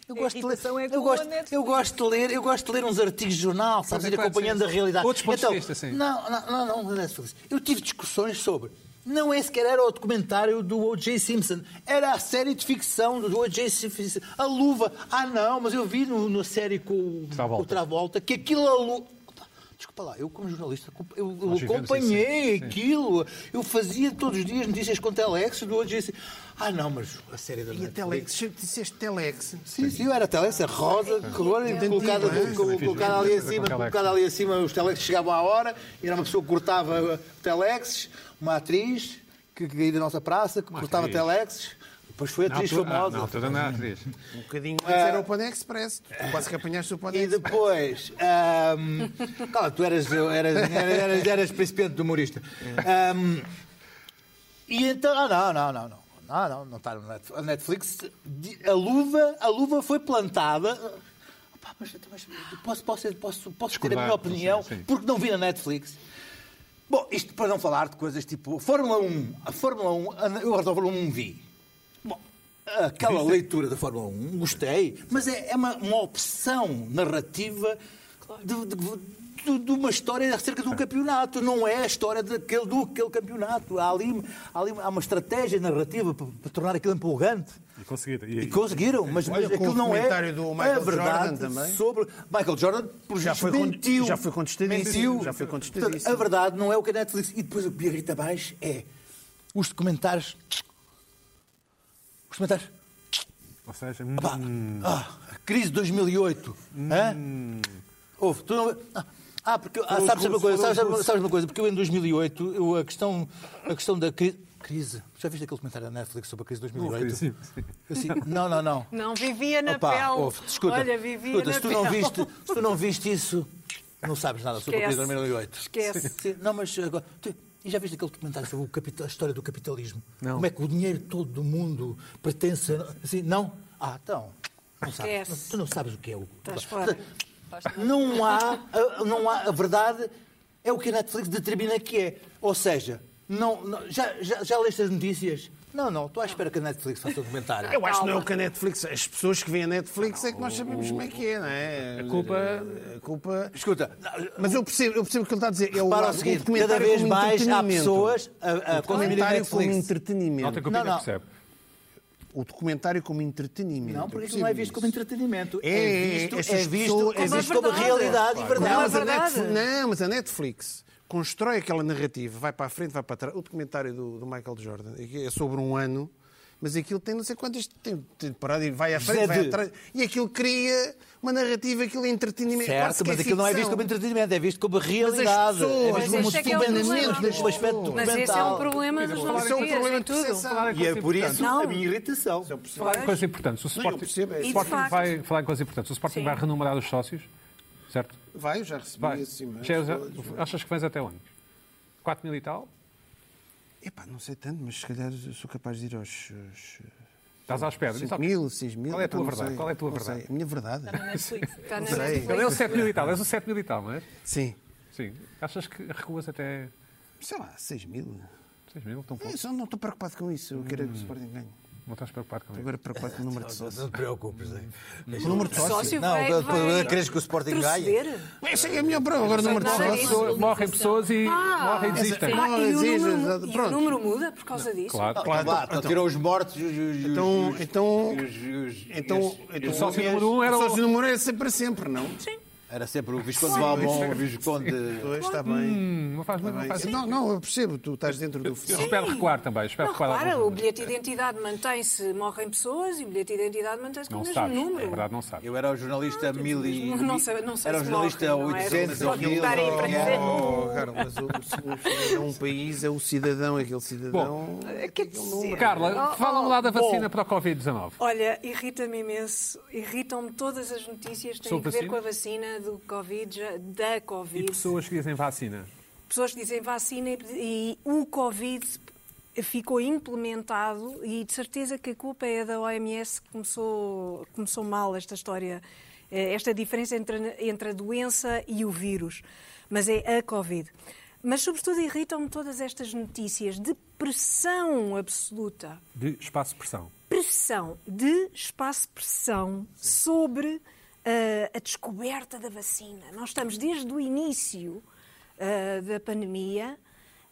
Speaker 5: eu
Speaker 6: A
Speaker 5: gosto de ler.
Speaker 6: irritação é com
Speaker 5: eu, gosto,
Speaker 6: a Netflix.
Speaker 5: eu gosto de ler, eu gosto de ler uns artigos de jornal, sabes,
Speaker 1: é
Speaker 5: ir
Speaker 1: claro,
Speaker 5: acompanhando
Speaker 1: sim.
Speaker 5: a realidade. Então,
Speaker 1: Outros pontos de vista, sim.
Speaker 5: Não, não, não, não, não, Netflix. Eu tive discussões sobre. Não é sequer era o documentário do O.J. Simpson. Era a série de ficção do O.J. Simpson. A luva. Ah, não, mas eu vi no- na série com o
Speaker 1: Travolta.
Speaker 5: com o Travolta que aquilo. a lu- Opa, Desculpa lá, eu como jornalista, acompa- eu, eu
Speaker 1: Nós vivemos
Speaker 5: acompanhei
Speaker 1: isso, sim.
Speaker 5: aquilo. Eu fazia todos os dias notícias com Telex do O.J. Simpson. Ah, não, mas a série da
Speaker 2: E a
Speaker 5: Netflix.
Speaker 2: Telex, sempre disseste Telex.
Speaker 5: Sim, sim, era telex, a rosa, cor, colocada,
Speaker 2: né?
Speaker 5: co- colocada ali acima, colocada ali acima, os telex chegavam à hora, era uma pessoa que cortava telexes, uma atriz que que aí da nossa praça, que cortava
Speaker 1: atriz.
Speaker 5: telexes, depois foi
Speaker 1: Na
Speaker 5: atriz
Speaker 1: altura- ah,
Speaker 5: famosa.
Speaker 1: Na altura não é atriz.
Speaker 2: Um bocadinho antes era o Pan Express. Tu Quase que apanhaste o Pan
Speaker 5: E
Speaker 2: Express.
Speaker 5: depois, ahm, cala, tu eras, eras, eras, eras principiante do humorista. Ahm, e então, ah, não, não, não, não. Não, não, não está no Netflix. A Netflix, di- a luva, a luva foi plantada. Ah, pá, mas, mas posso, posso, posso, posso ter a minha
Speaker 1: Discordar,
Speaker 5: opinião,
Speaker 1: sim, sim.
Speaker 5: porque não vi na Netflix. Bom, isto para não falar de coisas tipo Fórmula 1. A Fórmula 1, a- eu agora da Fórmula 1 vi. Bom, um, aquela leitura da Fórmula 1, gostei, mas é, é uma, uma opção narrativa de, de- de- de uma história acerca de um campeonato. Não é a história daquele, do aquele campeonato. Há ali, há ali- há uma estratégia narrativa para, para tornar aquilo empolgante.
Speaker 1: E conseguiram.
Speaker 5: E conseguiram, mas, mas
Speaker 2: Olha, com
Speaker 5: aquilo
Speaker 2: o
Speaker 5: não é
Speaker 2: comentário do
Speaker 5: a
Speaker 2: Michael
Speaker 5: verdade
Speaker 2: Jordan também.
Speaker 5: sobre... Michael Jordan, por
Speaker 2: Já
Speaker 5: justo,
Speaker 2: foi con-
Speaker 5: mentiu.
Speaker 2: já foi contestadíssimo,
Speaker 5: Mentiu.
Speaker 2: já foi contestadíssimo.
Speaker 5: Portanto, a verdade não é o que a Netflix... E depois o que me irrita mais é os documentários... Os documentários...
Speaker 1: Ou seja, hum.
Speaker 5: Pá, ah, crise de 2008. hã? Houve. Tu não... ah, Ah, porque ah,
Speaker 1: os
Speaker 5: sabes, uma
Speaker 1: russos,
Speaker 5: coisa,
Speaker 1: foram os
Speaker 5: sabes,
Speaker 1: russos.
Speaker 5: sabes uma coisa? Porque eu em 2008, eu, a, questão, a questão da cri... crise. Já viste aquele comentário da Netflix sobre a crise de
Speaker 1: Não, é
Speaker 5: 2008?
Speaker 1: sim, sim.
Speaker 5: Eu assim, não, não, não.
Speaker 3: Não vivia na
Speaker 5: Opa,
Speaker 3: pele.
Speaker 5: ouve, escuta,
Speaker 3: Olha, vivia
Speaker 5: escuta,
Speaker 3: na
Speaker 5: se, tu
Speaker 3: pele.
Speaker 5: não viste, se tu não viste isso, não sabes nada sobre a crise de
Speaker 3: Esquece.
Speaker 5: 2008.
Speaker 3: Esquece.
Speaker 5: Sim, não, mas agora. tu- e já viste aquele documentário sobre o capital- a história do capitalismo?
Speaker 1: Não.
Speaker 5: Como é que o dinheiro todo do mundo pertence. a- Assim, não? Ah, então. Não sabes,
Speaker 3: Esquece.
Speaker 5: Não- tu não sabes o que é o.
Speaker 3: Estás fora.
Speaker 5: Não há, a- não há. A verdade é o que a Netflix determina que é. Ou seja, não, não- já, já, já leste as notícias? Não, não. Estou à espera que a Netflix faça um documentário.
Speaker 2: Eu acho que não é o que a Netflix. As pessoas que veem a Netflix é que nós sabemos como é que é, não é? A
Speaker 1: culpa-
Speaker 2: A culpa.
Speaker 5: Escuta,
Speaker 2: Mas eu percebo, eu percebo o que ele está a dizer. É o
Speaker 5: Para
Speaker 2: lado
Speaker 5: o
Speaker 2: do
Speaker 5: seguinte, cada
Speaker 2: documentário
Speaker 5: vez
Speaker 2: como
Speaker 5: mais há
Speaker 2: entretenimento.
Speaker 5: pessoas a, a
Speaker 2: O
Speaker 5: consumir
Speaker 2: documentário como
Speaker 5: Netflix.
Speaker 1: Nota que
Speaker 2: entretenimento.
Speaker 1: o
Speaker 5: Não,
Speaker 1: Pina
Speaker 5: não.
Speaker 1: percebe.
Speaker 2: O documentário como entretenimento.
Speaker 5: Não,
Speaker 2: Eu
Speaker 5: porque
Speaker 2: percebo
Speaker 5: não é visto como
Speaker 2: isso.
Speaker 5: entretenimento.
Speaker 2: É,
Speaker 5: É, visto,
Speaker 2: é,
Speaker 5: é
Speaker 2: essas
Speaker 5: visto,
Speaker 2: pessoas-
Speaker 5: é
Speaker 2: Como
Speaker 3: a
Speaker 5: visto como
Speaker 3: verdade.
Speaker 5: realidade e
Speaker 2: Não,
Speaker 3: Não, é
Speaker 5: verdade.
Speaker 2: mas, a
Speaker 3: verdade.
Speaker 2: Netflix, não, mas a Netflix constrói aquela narrativa, vai para a frente, vai para trás. O documentário do, do Michael Jordan é sobre um ano, mas aquilo tem não sei quantas tem- temporadas e vai à frente,
Speaker 5: Zé
Speaker 2: vai
Speaker 5: de-
Speaker 2: atrás. E aquilo cria uma narrativa, aquilo é entretenimento. quase
Speaker 5: Certo,
Speaker 2: que
Speaker 5: mas aquilo não é
Speaker 2: ficção.
Speaker 5: visto como entretenimento, é visto como realidade.
Speaker 2: pessoas-
Speaker 5: é
Speaker 2: Mas
Speaker 5: visto como
Speaker 3: esse é que é o
Speaker 5: documentamento,
Speaker 3: problema.
Speaker 5: como aspecto documental.
Speaker 3: Mas esse é um problema dos
Speaker 2: Mas
Speaker 3: nossos
Speaker 2: isso é um
Speaker 3: dias,
Speaker 2: problema
Speaker 3: em
Speaker 2: de
Speaker 3: tudo.
Speaker 2: percepção.
Speaker 1: Falar em
Speaker 5: E é
Speaker 1: coisa
Speaker 5: por
Speaker 1: importante.
Speaker 5: isso a minha irritação.
Speaker 1: Falar em coisas importantes. O Sporting,
Speaker 2: percebo, é isso.
Speaker 1: o Sporting
Speaker 3: E de facto-
Speaker 1: vai falar em coisas importantes. O Sporting
Speaker 3: Sim.
Speaker 1: vai renumerar os sócios, certo?
Speaker 2: Vai, eu já recebi
Speaker 1: Vai.
Speaker 2: esse e-mail.
Speaker 1: Já- já-
Speaker 2: todos.
Speaker 1: achas que vens até onde? 4 mil e tal?
Speaker 2: Epá, não sei tanto, mas se calhar eu sou capaz de ir aos. aos
Speaker 1: Estás à espera.
Speaker 2: 5 mil, 6 mil.
Speaker 1: Qual é a tua
Speaker 2: não
Speaker 1: verdade?
Speaker 2: sei,
Speaker 1: Qual é a tua
Speaker 2: não
Speaker 1: verdade?
Speaker 2: sei. A minha verdade?
Speaker 3: é Está na
Speaker 2: sei.
Speaker 1: Ele é o
Speaker 3: Netflix.
Speaker 1: 7 mil e tal. És o 7 mil e tal, não é?
Speaker 2: Sim.
Speaker 1: Sim. Achas que recuas até
Speaker 2: Sei lá, 6 mil.
Speaker 1: 6 mil? Hum. Tão pouco.
Speaker 2: Eu É, só não estou preocupado com isso. Eu quero é que o Sporting ganhe.
Speaker 1: Não estás preocupado com
Speaker 2: Estou
Speaker 1: isso.
Speaker 2: agora preocupado com o número de sócios.
Speaker 5: Não te preocupes, hein?
Speaker 2: O número de sócios.
Speaker 3: Sócio
Speaker 5: Não,
Speaker 3: vai,
Speaker 5: queres
Speaker 3: vai
Speaker 5: que o Sporting ganhe?
Speaker 3: proceder.
Speaker 2: Essa é a melhor prova. Agora o número de
Speaker 3: Não sei
Speaker 1: Morrem
Speaker 3: isso.
Speaker 2: sócios.
Speaker 1: pessoas, morrem pessoas e morrem e desistem.
Speaker 3: Ah, e o
Speaker 2: exige,
Speaker 3: número, e o
Speaker 2: pronto.
Speaker 3: número muda por causa disso?
Speaker 1: Claro,
Speaker 5: Claro,
Speaker 1: claro.
Speaker 5: então, vá, então, tiram os mortos e os- e os-
Speaker 2: Então,
Speaker 5: e os-
Speaker 2: então,
Speaker 5: e os- e os-
Speaker 2: então,
Speaker 5: e os-
Speaker 2: então
Speaker 1: o sócio número um era
Speaker 2: o
Speaker 1: o-
Speaker 2: sócio número um é sempre para sempre, não?
Speaker 5: Era sempre o Visconde Balbon, o Visconde...
Speaker 2: Pois, está bem.
Speaker 1: Hum, Não faz muito, não
Speaker 2: Bem,
Speaker 1: faz
Speaker 2: Não, não, eu percebo, tu estás dentro do
Speaker 1: Eu
Speaker 2: futebol.
Speaker 1: espero recuar também. Espero
Speaker 3: Não,
Speaker 1: recuar alguns
Speaker 3: repara, o
Speaker 1: números.
Speaker 3: bilhete de identidade mantém-se, morrem pessoas e o bilhete de identidade mantém-se com o
Speaker 1: Não
Speaker 3: mesmo
Speaker 1: sabes. Na
Speaker 3: número.
Speaker 1: verdade, não sabes.
Speaker 5: Eu era o jornalista mil e...
Speaker 3: Ah, Não, não sei, não sei
Speaker 5: Era o
Speaker 3: se
Speaker 5: jornalista
Speaker 3: morrem, não é?
Speaker 5: 800 ou
Speaker 3: Só que
Speaker 5: 1000.
Speaker 3: estar aí
Speaker 5: ou
Speaker 3: para
Speaker 5: quem
Speaker 3: dizer.
Speaker 5: é.
Speaker 2: Oh, Carlos, mas o, o cidadão, um país é o cidadão, aquele cidadão.
Speaker 1: É Carla, fala-me
Speaker 3: oh,
Speaker 1: lá da vacina para o Covid-19.
Speaker 3: Olha, irrita-me imenso, irritam-me todas as notícias que têm
Speaker 1: Sobre
Speaker 3: a ver
Speaker 1: vacina?
Speaker 3: com a vacina do Covid, já- da
Speaker 1: E
Speaker 3: Covid.
Speaker 1: pessoas que dizem vacina.
Speaker 3: pessoas que dizem vacina e, e o Covid ficou implementado e de certeza que a culpa é da OMS que começou, começou mal esta história, eh, esta diferença entre, entre a doença e o vírus, mas é a Covid. Mas, sobretudo, irritam-me todas estas notícias de pressão absoluta
Speaker 1: De espaço de pressão.
Speaker 3: pressão, de espaço pressão sobre ah, a descoberta da vacina. Nós estamos desde o início ah, da pandemia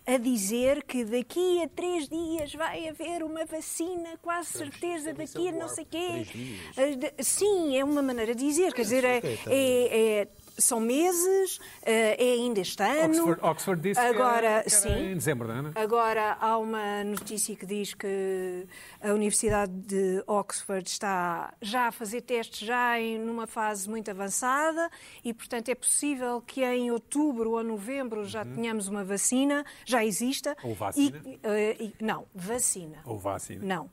Speaker 3: a dizer que daqui a três dias vai haver uma vacina, quase certeza, daqui a não sei quê. Ah, de- Sim, é uma maneira de dizer, quer dizer, é- é- é- são meses, ah, é ainda este ano.
Speaker 1: Oxford, Oxford disse que era-
Speaker 3: Agora,
Speaker 1: que era
Speaker 3: sim.
Speaker 1: em dezembro, não é, Ana?
Speaker 3: Agora, há uma notícia que diz que a Universidade de Oxford está já a fazer testes, já em, numa fase muito avançada, e, portanto, é possível que em outubro ou novembro já tenhamos uma vacina, já exista.
Speaker 1: Uhum. Ou vacina.
Speaker 3: E- eh, e- não, vacina.
Speaker 1: Ou vacina.
Speaker 3: Não.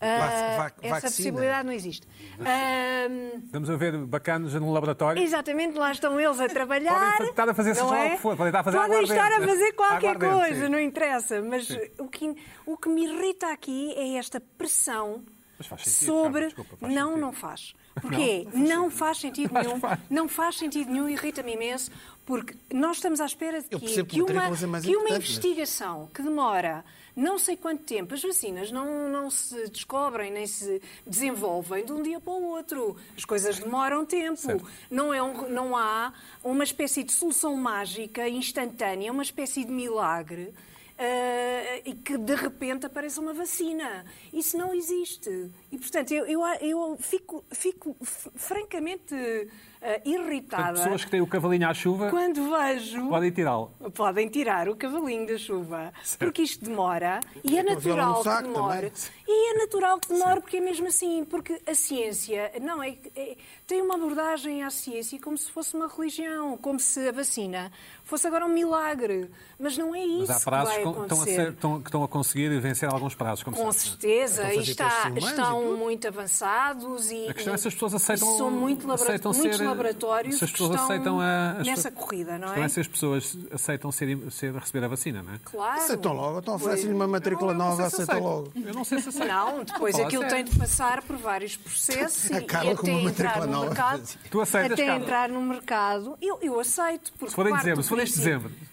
Speaker 3: Ah,
Speaker 2: vac-
Speaker 3: essa
Speaker 2: vacina.
Speaker 3: possibilidade não existe. Ah,
Speaker 1: Estamos a ver bacanos no laboratório.
Speaker 3: Exatamente, lá estão eles a trabalhar.
Speaker 1: Podem estar a fazer seja
Speaker 3: não
Speaker 1: lá
Speaker 3: é?
Speaker 1: o que for, podem estar a fazer
Speaker 3: Podem
Speaker 1: aguardente,
Speaker 3: estar a
Speaker 1: né?
Speaker 3: fazer qualquer
Speaker 1: Aguardente,
Speaker 3: coisa,
Speaker 1: sim.
Speaker 3: não interessa. Mas o que, o que me irrita aqui é esta pressão
Speaker 1: Mas faz sentido,
Speaker 3: sobre.
Speaker 1: Carla, desculpa, faz
Speaker 3: não,
Speaker 1: sentido.
Speaker 3: não faz. Porquê? Não, faz sentido
Speaker 1: Faz,
Speaker 3: nenhum.
Speaker 1: faz.
Speaker 3: Não faz sentido nenhum, irrita-me imenso, porque nós estamos à espera de
Speaker 2: Eu
Speaker 3: que,
Speaker 2: percebo que
Speaker 3: que
Speaker 2: o
Speaker 3: uma,
Speaker 2: matrículas é mais
Speaker 3: que uma
Speaker 2: importante, mas-
Speaker 3: investigação que demora não sei quanto tempo, as vacinas não, não se descobrem nem se desenvolvem de um dia para o outro. As coisas demoram tempo. Não, é um- não há uma espécie de solução mágica, instantânea, uma espécie de milagre. eh, e que de repente apareça uma vacina. Isso não existe. E, portanto, eu, eu, eu fico, fico f- francamente eh,
Speaker 1: Portanto,
Speaker 3: irritada
Speaker 1: pessoas que têm o cavalinho à chuva
Speaker 3: quando vejo.
Speaker 1: podem tirá-lo.
Speaker 3: Podem tirar o cavalinho da chuva, porque isto demora e é
Speaker 2: com a viola no
Speaker 3: natural que
Speaker 2: saco
Speaker 3: demore.
Speaker 2: também.
Speaker 3: E é natural que demore, porque é mesmo assim, porque a ciência não é, é- tem uma abordagem à ciência como se fosse uma religião, como se a vacina fosse agora um milagre. Mas não é isso
Speaker 1: Mas há
Speaker 3: que vai
Speaker 1: prazos que estão a,
Speaker 3: acontecer.
Speaker 1: ser- estão- que estão a conseguir vencer alguns prazos. Como
Speaker 3: Com
Speaker 1: se diz.
Speaker 3: certeza, e
Speaker 2: fazer testes
Speaker 3: está,
Speaker 2: humanos e
Speaker 3: estão
Speaker 2: tudo.
Speaker 3: muito avançados e,
Speaker 1: A questão é se as pessoas
Speaker 3: e
Speaker 1: aceitam-
Speaker 3: são muito labora-
Speaker 1: aceitam
Speaker 3: muitos
Speaker 1: ser- eh,
Speaker 3: laboratórios
Speaker 1: se as
Speaker 3: que
Speaker 1: pessoas
Speaker 3: estão
Speaker 1: aceitam a- as
Speaker 3: nessa
Speaker 1: pessoas-
Speaker 3: corrida, não
Speaker 1: A questão
Speaker 3: é?
Speaker 1: é se as pessoas aceitam ser, ser- receber a vacina, não é?
Speaker 3: Claro.
Speaker 2: Aceitam logo, estão a oferecer-lhe
Speaker 3: Pois.
Speaker 2: uma matrícula
Speaker 1: Eu não sei
Speaker 2: nova,
Speaker 1: se
Speaker 2: aceitam logo.
Speaker 1: Eu não sei se aceitam.
Speaker 3: Não, depois
Speaker 1: Vou falar
Speaker 3: aquilo
Speaker 1: sério.
Speaker 3: tem de passar por vários processos e,
Speaker 2: A Carla
Speaker 3: e
Speaker 2: com
Speaker 3: até
Speaker 2: uma
Speaker 3: entrar
Speaker 2: matrícula
Speaker 3: no
Speaker 2: nova.
Speaker 3: mercado.
Speaker 1: Tu aceitas,
Speaker 3: até
Speaker 1: Carla?
Speaker 3: entrar no mercado, eu, eu aceito. Porque
Speaker 1: Se for em
Speaker 3: parto
Speaker 1: dezembro,
Speaker 3: do
Speaker 1: se for este
Speaker 3: princípio-
Speaker 1: dezembro.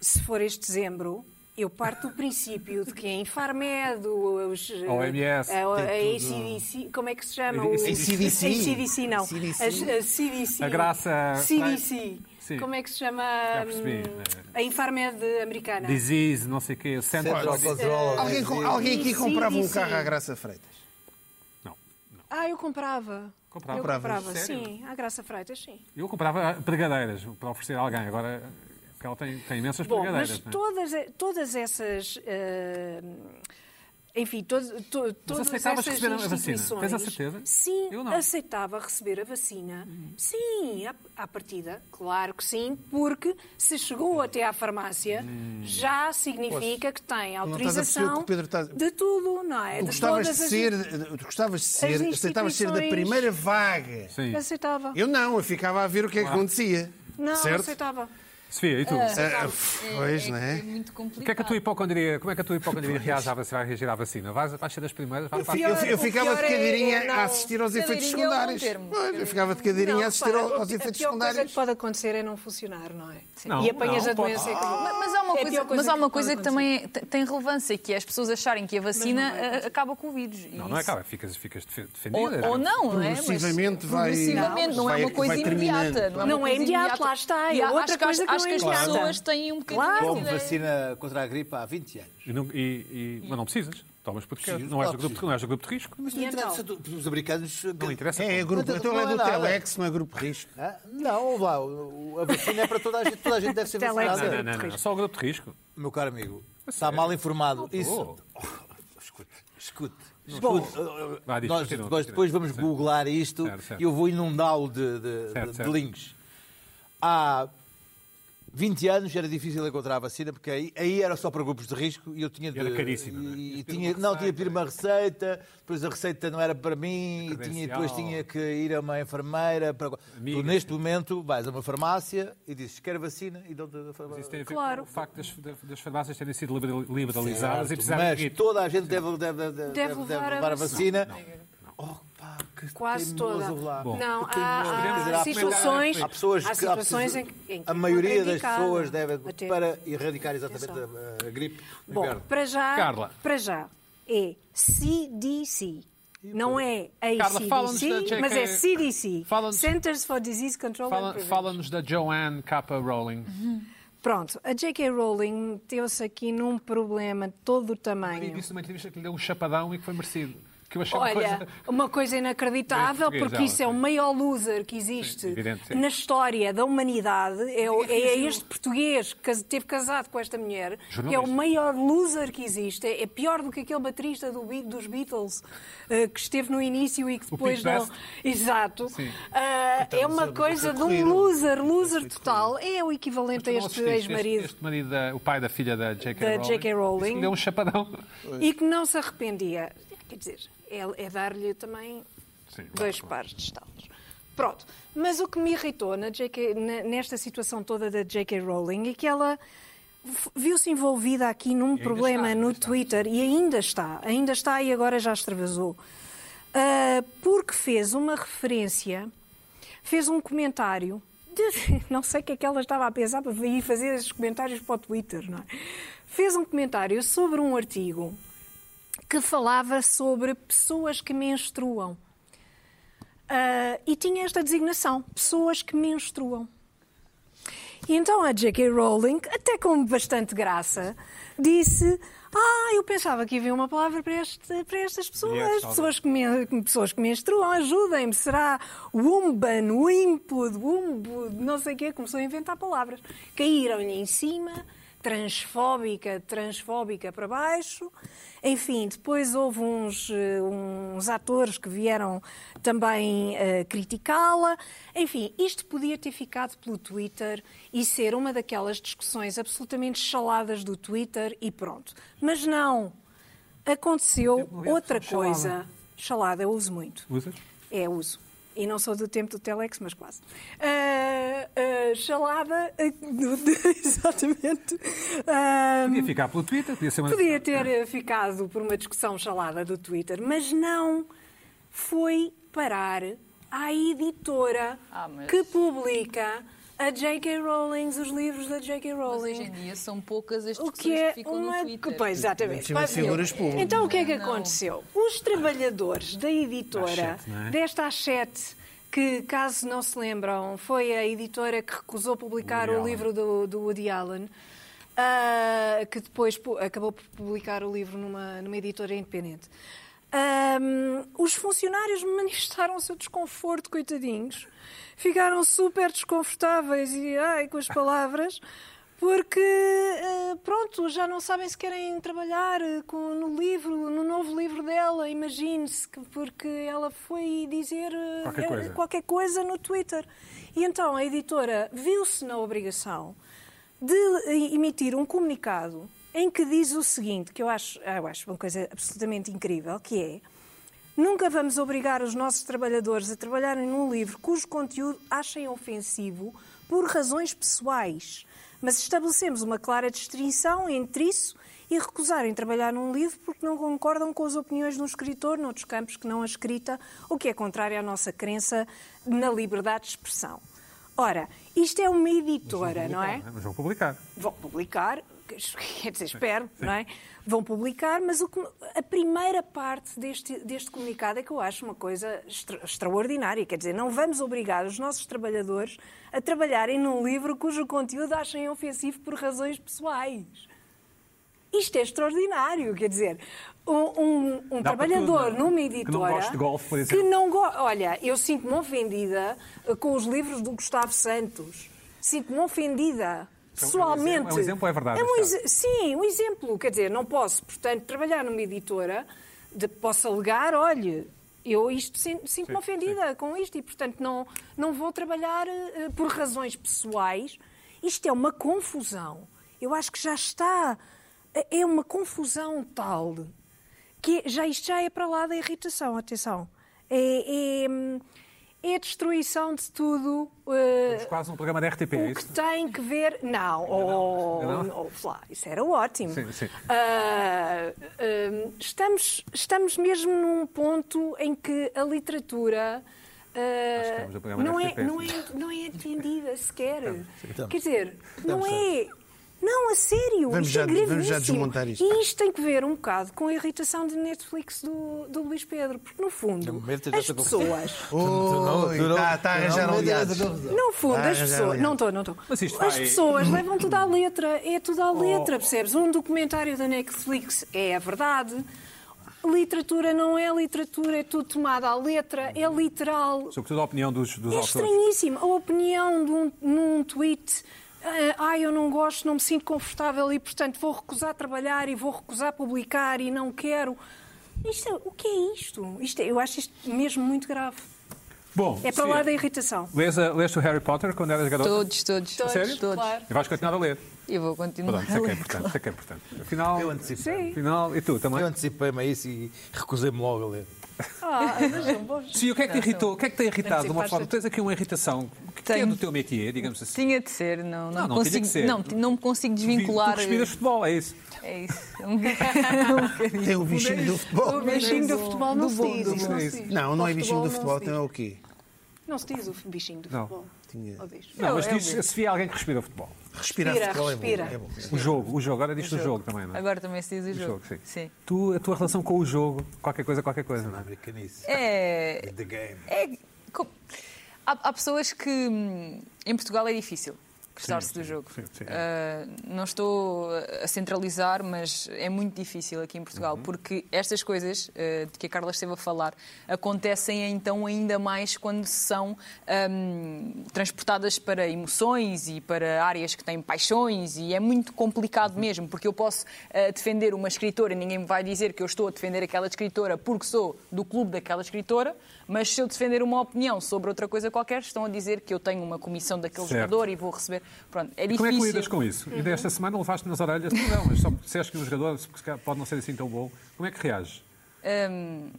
Speaker 3: Se for este dezembro, eu parto do princípio de que a Infarmed, os,
Speaker 1: A OMS,
Speaker 3: a, a,
Speaker 2: tem
Speaker 3: ACDC, como é que se chama? O,
Speaker 2: ACDC.
Speaker 3: A ACDC, não.
Speaker 2: ACDC.
Speaker 3: A, a CDC.
Speaker 1: A Graça- é?
Speaker 3: CDC.
Speaker 1: Sim.
Speaker 3: Como é que se chama?
Speaker 1: percebi. né?
Speaker 3: hum, A Infarmed americana.
Speaker 1: Disease, não sei o quê, Center
Speaker 5: Central
Speaker 1: of...
Speaker 5: Control.
Speaker 2: Alguém, com- alguém aqui
Speaker 3: Sim,
Speaker 2: comprava um
Speaker 3: sim.
Speaker 2: carro à Graça Freitas.
Speaker 1: Não, não.
Speaker 3: Ah, eu comprava.
Speaker 1: Comprava.
Speaker 3: Eu
Speaker 1: Compravas?
Speaker 3: comprava,
Speaker 1: Sério?
Speaker 3: sim. À Graça Freitas, sim.
Speaker 1: Eu comprava pregadeiras para oferecer a alguém. Agora, porque ela tem, tem imensas
Speaker 3: Bom,
Speaker 1: pregadeiras.
Speaker 3: mas
Speaker 1: não é?
Speaker 3: todas, todas essas. eh, enfim, to, to, todas
Speaker 1: aceitavas
Speaker 3: essas
Speaker 1: receber a vacina?
Speaker 3: instituições-
Speaker 1: Tens a certeza?
Speaker 3: Sim,
Speaker 1: Eu não.
Speaker 3: aceitava receber a vacina. Sim, à, à partida, claro que sim, porque se chegou até à farmácia,
Speaker 1: Hum.
Speaker 3: já significa que tem
Speaker 2: não estás a perceber o
Speaker 3: autorização
Speaker 2: que o Pedro está-
Speaker 3: de tudo, não é?
Speaker 2: Tu
Speaker 3: de
Speaker 2: gostavas de
Speaker 3: todas as-
Speaker 2: ser, tu gostavas de ser,
Speaker 3: as
Speaker 2: aceitavas ser da
Speaker 3: instituições-
Speaker 2: primeira vaga.
Speaker 1: Sim.
Speaker 3: Aceitava.
Speaker 2: Eu não, eu ficava a ver o que é que acontecia.
Speaker 3: Não,
Speaker 2: certo?
Speaker 3: aceitava.
Speaker 1: Sofia, e tu?
Speaker 2: Ah, pois, não
Speaker 6: é
Speaker 2: é?
Speaker 6: muito complicado.
Speaker 1: O que é que a tua hipocondria, como é que a tua hipocondria reage à vacina, vai reagir à vacina? Vais, vais ser das primeiras? Vais,
Speaker 2: Eu,
Speaker 1: vais...
Speaker 3: pior-
Speaker 2: eu
Speaker 3: o
Speaker 2: ficava de
Speaker 3: pior é-
Speaker 2: cadeirinha
Speaker 3: é não-
Speaker 2: a assistir aos efeitos
Speaker 6: cadeirinha é um bom
Speaker 2: secundários.
Speaker 6: termo.
Speaker 2: Pois, eu ficava de cadeirinha a assistir
Speaker 3: repara,
Speaker 2: ao- aos
Speaker 3: a
Speaker 2: efeitos
Speaker 3: pior coisa
Speaker 2: secundários.
Speaker 3: que pode acontecer é não funcionar, não é?
Speaker 1: Não,
Speaker 3: e apanhas
Speaker 1: não,
Speaker 3: a
Speaker 1: pode-
Speaker 3: doença.
Speaker 6: Ma- Mas há uma
Speaker 3: É a
Speaker 6: coisa,
Speaker 3: pior
Speaker 6: mas há uma
Speaker 3: que pode
Speaker 6: coisa que
Speaker 3: acontecer.
Speaker 6: também te- tem relevância, que é as pessoas acharem que a vacina
Speaker 3: não é vai
Speaker 6: ah, acaba com o vírus. E
Speaker 1: Não, não é
Speaker 6: isso-
Speaker 1: acaba, ficas, ficas defe- defendida.
Speaker 6: Ou, ou não, não é? Mas
Speaker 2: Progressivamente vai-
Speaker 6: progressivamente, não, é
Speaker 2: vai-
Speaker 6: uma coisa
Speaker 2: vai
Speaker 6: imediata.
Speaker 2: terminando.
Speaker 3: Não
Speaker 6: uma
Speaker 3: é
Speaker 6: coisa
Speaker 3: imediato,
Speaker 6: imediata.
Speaker 3: lá está, é
Speaker 6: E há-
Speaker 3: outra
Speaker 6: acho que,
Speaker 3: coisa que não
Speaker 6: acho que
Speaker 3: é
Speaker 6: as
Speaker 3: imediata.
Speaker 6: pessoas têm um bocadinho
Speaker 3: Claro.
Speaker 6: essa
Speaker 3: Como
Speaker 4: Tomo
Speaker 6: ideia.
Speaker 4: vacina contra a gripe há 20 anos.
Speaker 1: E não, e, e- mas não precisas. Tomas porque queres. não, és do grupo, não és do grupo de risco.
Speaker 4: Mas
Speaker 3: E
Speaker 4: não interessa,
Speaker 3: então?
Speaker 4: tu- os americanos...
Speaker 1: Não interessa.
Speaker 2: É, é grupo.
Speaker 4: Não,
Speaker 2: Então
Speaker 4: não
Speaker 2: é
Speaker 4: é
Speaker 2: do
Speaker 4: nada.
Speaker 2: Telex, não é grupo risco.
Speaker 4: Ah, Não, ouve lá, o- o- a vacina é para toda a gente, toda a gente deve ser
Speaker 3: Telex.
Speaker 1: Não,
Speaker 5: é
Speaker 4: vacinada.
Speaker 1: não, não, não, não, só o grupo de risco.
Speaker 4: Meu caro amigo, está mal informado. Isso... Escute, escute. escute.
Speaker 1: Vai, diz,
Speaker 4: Nós
Speaker 1: continua,
Speaker 4: depois,
Speaker 1: continua.
Speaker 4: depois vamos googlar isto
Speaker 1: Certo, certo.
Speaker 4: e eu vou inundá-lo de, de- de-
Speaker 1: Certo,
Speaker 4: de
Speaker 1: certo.
Speaker 4: links. Há 20 anos era difícil encontrar a vacina, porque aí, aí era só para grupos de risco e eu tinha de.
Speaker 1: era caríssimo, não é?
Speaker 4: e- e
Speaker 1: Tinha de
Speaker 4: tinha,
Speaker 1: uma
Speaker 4: não, tinha de
Speaker 1: receita, é?
Speaker 4: pedir uma receita, depois a receita não era para mim, e tinha, e depois
Speaker 1: credencial.
Speaker 4: tinha que ir a uma enfermeira. Para...
Speaker 1: Amiga,
Speaker 4: tu, neste momento, vais a uma farmácia e dizes: quer vacina? E dão-te a
Speaker 1: Mas
Speaker 4: farmácia.
Speaker 1: isso tem a ver
Speaker 3: Claro.
Speaker 1: com o facto das, da- das farmácias terem sido libera- liberalizadas e precisarem de
Speaker 4: Mas
Speaker 1: kit.
Speaker 4: toda a gente deve, deve, deve,
Speaker 3: Deve
Speaker 4: deve
Speaker 3: levar a
Speaker 4: levar a vacina.
Speaker 3: Quase
Speaker 4: Teimoso,
Speaker 3: toda.
Speaker 4: lá.
Speaker 3: Não,
Speaker 4: Que teimoso. Quer dizer,
Speaker 3: há,
Speaker 4: pessoas-
Speaker 3: há situações,
Speaker 4: Há pessoas
Speaker 3: há
Speaker 4: que-
Speaker 3: situações em
Speaker 4: pessoas-
Speaker 3: que em que é
Speaker 4: a maioria das
Speaker 3: contraindicada.
Speaker 4: pessoas deve
Speaker 3: Até-
Speaker 4: para erradicar exatamente a, a gripe. no
Speaker 3: Bom,
Speaker 4: inverno.
Speaker 3: para já,
Speaker 1: Carla.
Speaker 3: para já é CDC. Não é
Speaker 1: Carla, fala-nos da
Speaker 3: ACDC,
Speaker 1: JK.
Speaker 3: mas é CDC.
Speaker 1: Fala-nos-
Speaker 3: Centers for Disease Control and
Speaker 1: Fala-
Speaker 3: Prevention.
Speaker 1: Fala-nos da Joanne K. Rowling. Uhum.
Speaker 3: Pronto, a J.K. Rowling meteu-se aqui num problema de todo o
Speaker 1: E
Speaker 3: tamanho.
Speaker 1: disse numa entrevista que lhe deu um chapadão e que foi merecido. Que eu achei É uma
Speaker 3: Olha,
Speaker 1: coisa...
Speaker 3: uma coisa
Speaker 1: Bem,
Speaker 3: inacreditável,
Speaker 1: português,
Speaker 3: porque
Speaker 1: ela,
Speaker 3: isso é o
Speaker 1: sim.
Speaker 3: maior loser que existe
Speaker 1: Sim, evidente, sim.
Speaker 3: na história da humanidade. É, o- é este português que cas- teve casado com esta mulher, que é
Speaker 1: Jornalista.
Speaker 3: o maior loser que existe. É é pior do que aquele baterista do Be- dos Beatles eh, que esteve no início e que depois
Speaker 1: Pete
Speaker 3: não.
Speaker 1: Best.
Speaker 3: Exato.
Speaker 1: Sim.
Speaker 3: Ah, é uma coisa de um loser, loser total. É o equivalente a
Speaker 1: Tu não
Speaker 3: este
Speaker 1: assististe,
Speaker 3: ex-marido.
Speaker 1: Este, este marido, da- o pai da filha da J.K.
Speaker 3: Da
Speaker 1: Rowling.
Speaker 3: J.K. Rowling.
Speaker 1: disse que lhe deu um chapadão.
Speaker 3: e que não se arrependia. Quer dizer, é, é dar-lhe também
Speaker 1: Sim, claro,
Speaker 3: dois pares de estalos. Pronto, mas o que me irritou na JK, na- nesta situação toda da J.K. Rowling é que ela f- viu-se envolvida aqui num problema
Speaker 1: está, ainda
Speaker 3: no
Speaker 1: está.
Speaker 3: Twitter e ainda está, ainda está e agora já extravasou. ah, porque fez uma referência, fez um comentário. de- não sei o que é que ela estava a pensar para ir fazer esses comentários para o Twitter, não é? Fez um comentário sobre um artigo que falava sobre pessoas que menstruam. Ah, e tinha esta designação: pessoas que menstruam. E então a J.K. Rowling, até com bastante graça, disse: Ah, eu pensava que havia uma palavra para, este- para estas pessoas,
Speaker 1: Mulheres, talvez.
Speaker 3: pessoas, que men- pessoas que menstruam, ajudem-me, será Wumban, Wimpud, Wumbud, não sei o quê. Começou a inventar palavras. Caíram-lhe em cima, transfóbica, transfóbica para baixo. Enfim, depois houve uns, eh, uns atores que vieram também eh, criticá-la. Enfim, isto podia ter ficado pelo Twitter e ser uma daquelas discussões absolutamente chaladas do Twitter e pronto. Mas não. Aconteceu
Speaker 1: Tempo morreu,
Speaker 3: outra
Speaker 1: chalada.
Speaker 3: coisa. Chalada, eu uso muito.
Speaker 1: Usas?
Speaker 3: É, uso. E não sou do tempo do Telex, mas quase. Ah, ah, chalada, ah, do- de- exatamente. Ah,
Speaker 1: Podia ficar pelo Twitter, podia ser uma.
Speaker 3: podia ter eh, ficado por uma discussão chalada do Twitter, mas não foi parar à editora
Speaker 6: Ah, mas-
Speaker 3: que publica a J.K. Rowling, os livros da J.K.
Speaker 6: Mas hoje
Speaker 3: Rowling.
Speaker 6: em dia são poucas as
Speaker 3: O
Speaker 6: pessoas
Speaker 3: que é
Speaker 6: ficam
Speaker 3: uma.
Speaker 6: no Twitter.
Speaker 3: Pois, exatamente.
Speaker 2: Sim, mas
Speaker 3: quase eu.
Speaker 2: figuras públicas.
Speaker 3: Então o que é que
Speaker 6: Não.
Speaker 3: aconteceu? Os trabalhadores da editora,
Speaker 1: Achete, não é?
Speaker 3: desta Achete, que caso não se lembram, foi a editora que recusou
Speaker 1: Woody
Speaker 3: publicar o
Speaker 1: Allen.
Speaker 3: livro do, do Woody Allen. ah, que depois pu- acabou por publicar o livro numa, numa editora independente. Ahm, os funcionários manifestaram o seu desconforto, coitadinhos. Ficaram super desconfortáveis e ai, com as palavras, porque eh, pronto, já não sabem se querem trabalhar eh, com, no livro, no novo livro dela, imagine-se, que- porque ela foi dizer eh,
Speaker 1: Qualquer
Speaker 3: eh,
Speaker 1: coisa.
Speaker 3: qualquer coisa no Twitter. E então a editora viu-se na obrigação de eh, emitir um comunicado em que diz o seguinte, que eu acho, eu acho uma coisa absolutamente incrível, que é Nunca vamos obrigar os nossos trabalhadores a trabalharem num livro cujo conteúdo achem ofensivo por razões pessoais, mas estabelecemos uma clara distinção entre isso e recusarem trabalhar num livro porque não concordam com as opiniões de um escritor noutros campos que não a escrita, o que é contrário à nossa crença na liberdade de expressão. Ora, isto é uma editora, não é?
Speaker 1: Mas vão publicar.
Speaker 3: vão publicar, quer dizer, espero, não é? Vão publicar, mas o que- a primeira parte deste, deste comunicado é que eu acho uma coisa extra- extraordinária. Quer dizer, não vamos obrigar os nossos trabalhadores a trabalharem num livro cujo conteúdo achem ofensivo por razões pessoais. Isto é extraordinário, quer dizer, um, um- um
Speaker 1: Dá para
Speaker 3: trabalhador
Speaker 1: tudo, não é?
Speaker 3: numa
Speaker 1: Que não
Speaker 3: editora
Speaker 1: goste de golfe, por exemplo.
Speaker 3: que não go- Olha, eu sinto-me ofendida eh, com os livros do Gustavo Santos. Sinto-me ofendida.
Speaker 1: É um- é um
Speaker 3: Pessoalmente.
Speaker 1: exemplo- é um exemplo, é verdade,
Speaker 3: um
Speaker 1: está.
Speaker 3: exe- Sim, um exemplo. Quer dizer, não posso, portanto, trabalhar numa editora de que possa alegar, olha, eu isto sin- sinto-me ofendida com isto e, portanto, não, não vou trabalhar eh, por razões pessoais. Isto é uma confusão. Eu acho que já está. É uma confusão tal que já, isto já é para lá da irritação, atenção. É, é- é a destruição de tudo eh,
Speaker 1: Temos quase um programa da RTP, é
Speaker 3: o que
Speaker 1: isso?
Speaker 3: tem que ver. Não, oh,
Speaker 1: ainda não.
Speaker 3: oh, Flá, isso era ótimo.
Speaker 1: Sim, sim.
Speaker 3: Ah, hum, estamos, estamos mesmo num ponto em que a literatura. ah,
Speaker 1: Acho que estamos no programa
Speaker 3: não,
Speaker 1: da
Speaker 3: é,
Speaker 1: RTP,
Speaker 3: não, é,
Speaker 1: sim.
Speaker 3: não é atendida sequer. Quer dizer, não é. Não, a sério.
Speaker 2: Vamos
Speaker 3: isto é
Speaker 2: já- vamos já
Speaker 3: gravíssimo.
Speaker 2: desmontar isto.
Speaker 3: E isto tem que ver um bocado com a irritação de Netflix do, do Luís Pedro, porque no fundo,
Speaker 4: Não me metas
Speaker 3: as
Speaker 4: nessa confusão.
Speaker 3: pessoas.
Speaker 2: Oi, está tá a arranjar aliados.
Speaker 3: No fundo,
Speaker 2: Ah,
Speaker 3: as
Speaker 2: já
Speaker 3: pessoas.
Speaker 2: li.
Speaker 3: Não estou, não estou.
Speaker 1: Mas isto
Speaker 3: As
Speaker 1: vai-
Speaker 3: pessoas levam tudo à letra. É tudo
Speaker 2: Oh.
Speaker 3: à letra, percebes? Um documentário da Netflix é a verdade. Literatura não é literatura, é tudo tomado à letra, é literal.
Speaker 1: Sobretudo a opinião dos, dos
Speaker 3: É
Speaker 1: autores.
Speaker 3: estranhíssimo. A opinião de um, num tweet. eh, ah, eu não gosto, não me sinto confortável e, portanto, vou recusar trabalhar e vou recusar publicar e não quero. Isto é- o que é isto? isto é- eu acho isto mesmo muito grave.
Speaker 1: Bom,
Speaker 3: É para
Speaker 1: Sofia,
Speaker 3: lá da irritação.
Speaker 1: Lês, a- lês o Harry Potter quando eras garota?
Speaker 6: Todos, todos.
Speaker 3: Todos,
Speaker 1: sério?
Speaker 6: Todos.
Speaker 3: claro.
Speaker 1: E vais continuar a ler.
Speaker 6: E vou continuar.
Speaker 1: Pronto, isso é
Speaker 6: a
Speaker 1: que é
Speaker 6: ler.
Speaker 1: importante. Isso é que é importante. Afinal,
Speaker 4: Eu antecipei.
Speaker 1: afinal, e tu também?
Speaker 4: Eu antecipei-me a isso e recusei-me logo a ler.
Speaker 3: Ah, mas
Speaker 2: um
Speaker 3: são bons.
Speaker 1: Sim, o que é que te irritou? O que é que te irritado de uma
Speaker 3: Antecipaste.
Speaker 1: forma? Tens aqui uma irritação que
Speaker 6: Tenho.
Speaker 1: é do teu métier, digamos assim.
Speaker 6: Tinha de ser,
Speaker 1: Não,
Speaker 6: não, não,
Speaker 1: não tinha
Speaker 6: consigo,
Speaker 1: que ser.
Speaker 6: não, ti- não me consigo
Speaker 1: Tu
Speaker 6: desvincular.
Speaker 1: respiras futebol, é isso.
Speaker 6: É isso. Um bocadinho. um bocadinho. Um
Speaker 2: Tem o bichinho do
Speaker 3: O
Speaker 2: futebol.
Speaker 3: bichinho do futebol não se diz. isso
Speaker 1: bom.
Speaker 3: Não, se diz.
Speaker 2: Não, não é
Speaker 3: O
Speaker 2: bichinho do futebol,
Speaker 3: não se
Speaker 2: então é o quê?
Speaker 3: diz. Não se diz o bichinho do
Speaker 1: Não.
Speaker 3: futebol.
Speaker 2: Tinha-
Speaker 3: Ou diz?
Speaker 1: Não, mas
Speaker 6: é o
Speaker 1: diz se vê alguém que respira futebol.
Speaker 2: Respirar
Speaker 3: Respira,
Speaker 2: futebol
Speaker 3: respira.
Speaker 2: é bom. É bom.
Speaker 1: O jogo, o jogo. Agora diz-te o jogo também, não é?
Speaker 6: Agora também se diz o
Speaker 1: O
Speaker 6: jogo.
Speaker 1: jogo, sim. Tu, a tua relação com o jogo, qualquer coisa, qualquer coisa, não é?
Speaker 4: Americanice.
Speaker 6: É,
Speaker 4: The game.
Speaker 6: é co- há, há pessoas que hum, em Portugal é difícil gostar-se do jogo. Ah, não estou a centralizar, mas é muito difícil aqui em Portugal, porque estas coisas ah, de que a Carla esteve a falar acontecem então ainda mais quando são hum, transportadas para emoções e para áreas que têm paixões e é muito complicado
Speaker 1: Uhum.
Speaker 6: mesmo, porque eu posso ah, defender uma escritora e ninguém me vai dizer que eu estou a defender aquela escritora porque sou do clube daquela escritora, mas se eu defender uma opinião sobre outra coisa qualquer, estão a dizer que eu tenho uma comissão daquele
Speaker 1: Certo.
Speaker 6: jogador e vou receber. Pronto, é difícil. Uhum.
Speaker 1: Como é que lidas com isso? E desta semana levaste nas orelhas, não, mas só disseste que um jogador se calhar, pode não ser assim tão bom. Como é que reages?
Speaker 6: Hum,